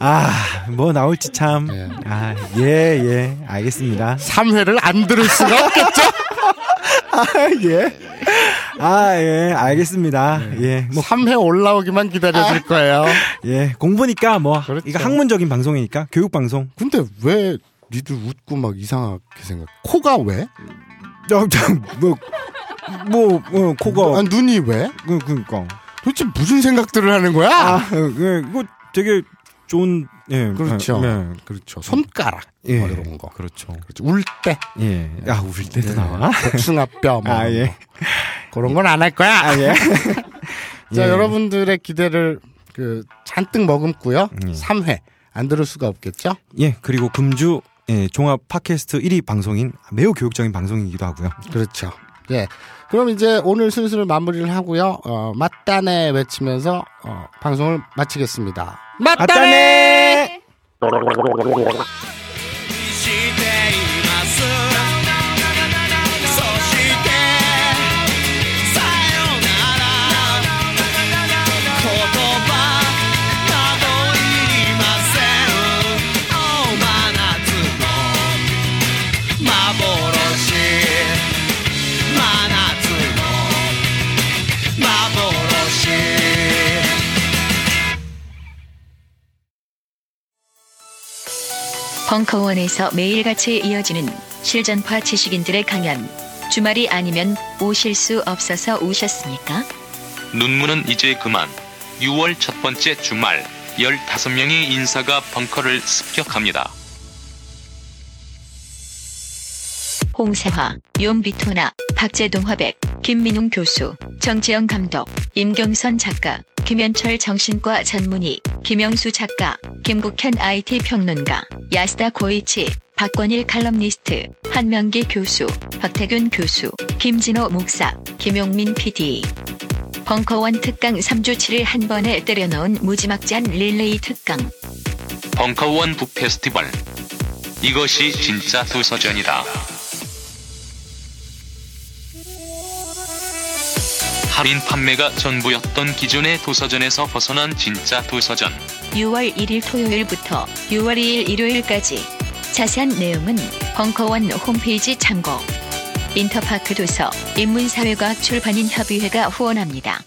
B: 아 뭐 나올지 참 아 예 예 알겠습니다
A: 3회를 안 들을 수가 없겠죠.
B: 예아예 예. 알겠습니다 예
A: 뭐 3회 올라오기만 기다려 줄 거예요.
B: 예, 공부니까 뭐
A: 그렇죠.
B: 이거 학문적인 방송이니까 교육 방송.
A: 근데 왜 니들 웃고 막 이상하게 생각? 코가 왜?
B: 뭐, 뭐뭐 뭐,
A: 아,
B: 코가
A: 눈이 왜?
B: 그, 그니까.
A: 도대체 무슨 생각들을 하는 거야?
B: 아, 예, 이거 되게 좋은 예.
A: 그렇죠.
B: 예.
A: 그렇죠. 손가락
B: 예.
A: 뭐 이런 거.
B: 그렇죠.
A: 그렇죠. 울 때,
B: 예. 야, 울
A: 아,
B: 때도 나와.
A: 복숭아뼈 뭐
B: 아,
A: 이런
B: 예.
A: 거. 그런 건 안 할 거야.
B: 아, 예.
A: 자,
B: 예.
A: 여러분들의 기대를 그 잔뜩 머금고요.
B: 음.
A: 3회 안 들을 수가 없겠죠?
B: 예, 그리고 금주 예, 종합 팟캐스트 1위 방송인 매우 교육적인 방송이기도 하고요.
A: 그렇죠. 예. 그럼 이제 오늘 슬슬 마무리를 하고요. 어, 맞다네 외치면서 어, 방송을 마치겠습니다.
B: 아따네!
F: していますそしてさよなら言葉などいりません青真夏の幻真夏の幻
D: 벙커원에서 매일같이 이어지는 실전파 지식인들의 강연. 주말이 아니면 오실 수 없어서 오셨습니까?
E: 눈물은 이제 그만. 6월 첫 번째 주말, 15명의 인사가 벙커를 습격합니다.
D: 홍세화, 용비토나, 박재동 화백, 김민웅 교수, 정재영 감독, 임경선 작가, 김현철 정신과 전문의, 김영수 작가, 김국현 IT 평론가, 야스다 고이치, 박권일 칼럼니스트, 한명기 교수, 박태균 교수, 김진호 목사, 김용민 PD. 벙커원 특강 3주치를 한 번에 때려넣은 무지막지한 릴레이 특강.
E: 벙커원 북 페스티벌. 이것이 진짜 도서전이다. 할인 판매가 전부였던 기존의 도서전에서 벗어난 진짜 도서전.
D: 6월 1일 토요일부터 6월 2일 일요일까지 자세한 내용은 벙커원 홈페이지 참고 인터파크 도서 인문사회과학 출판인 협의회가 후원합니다.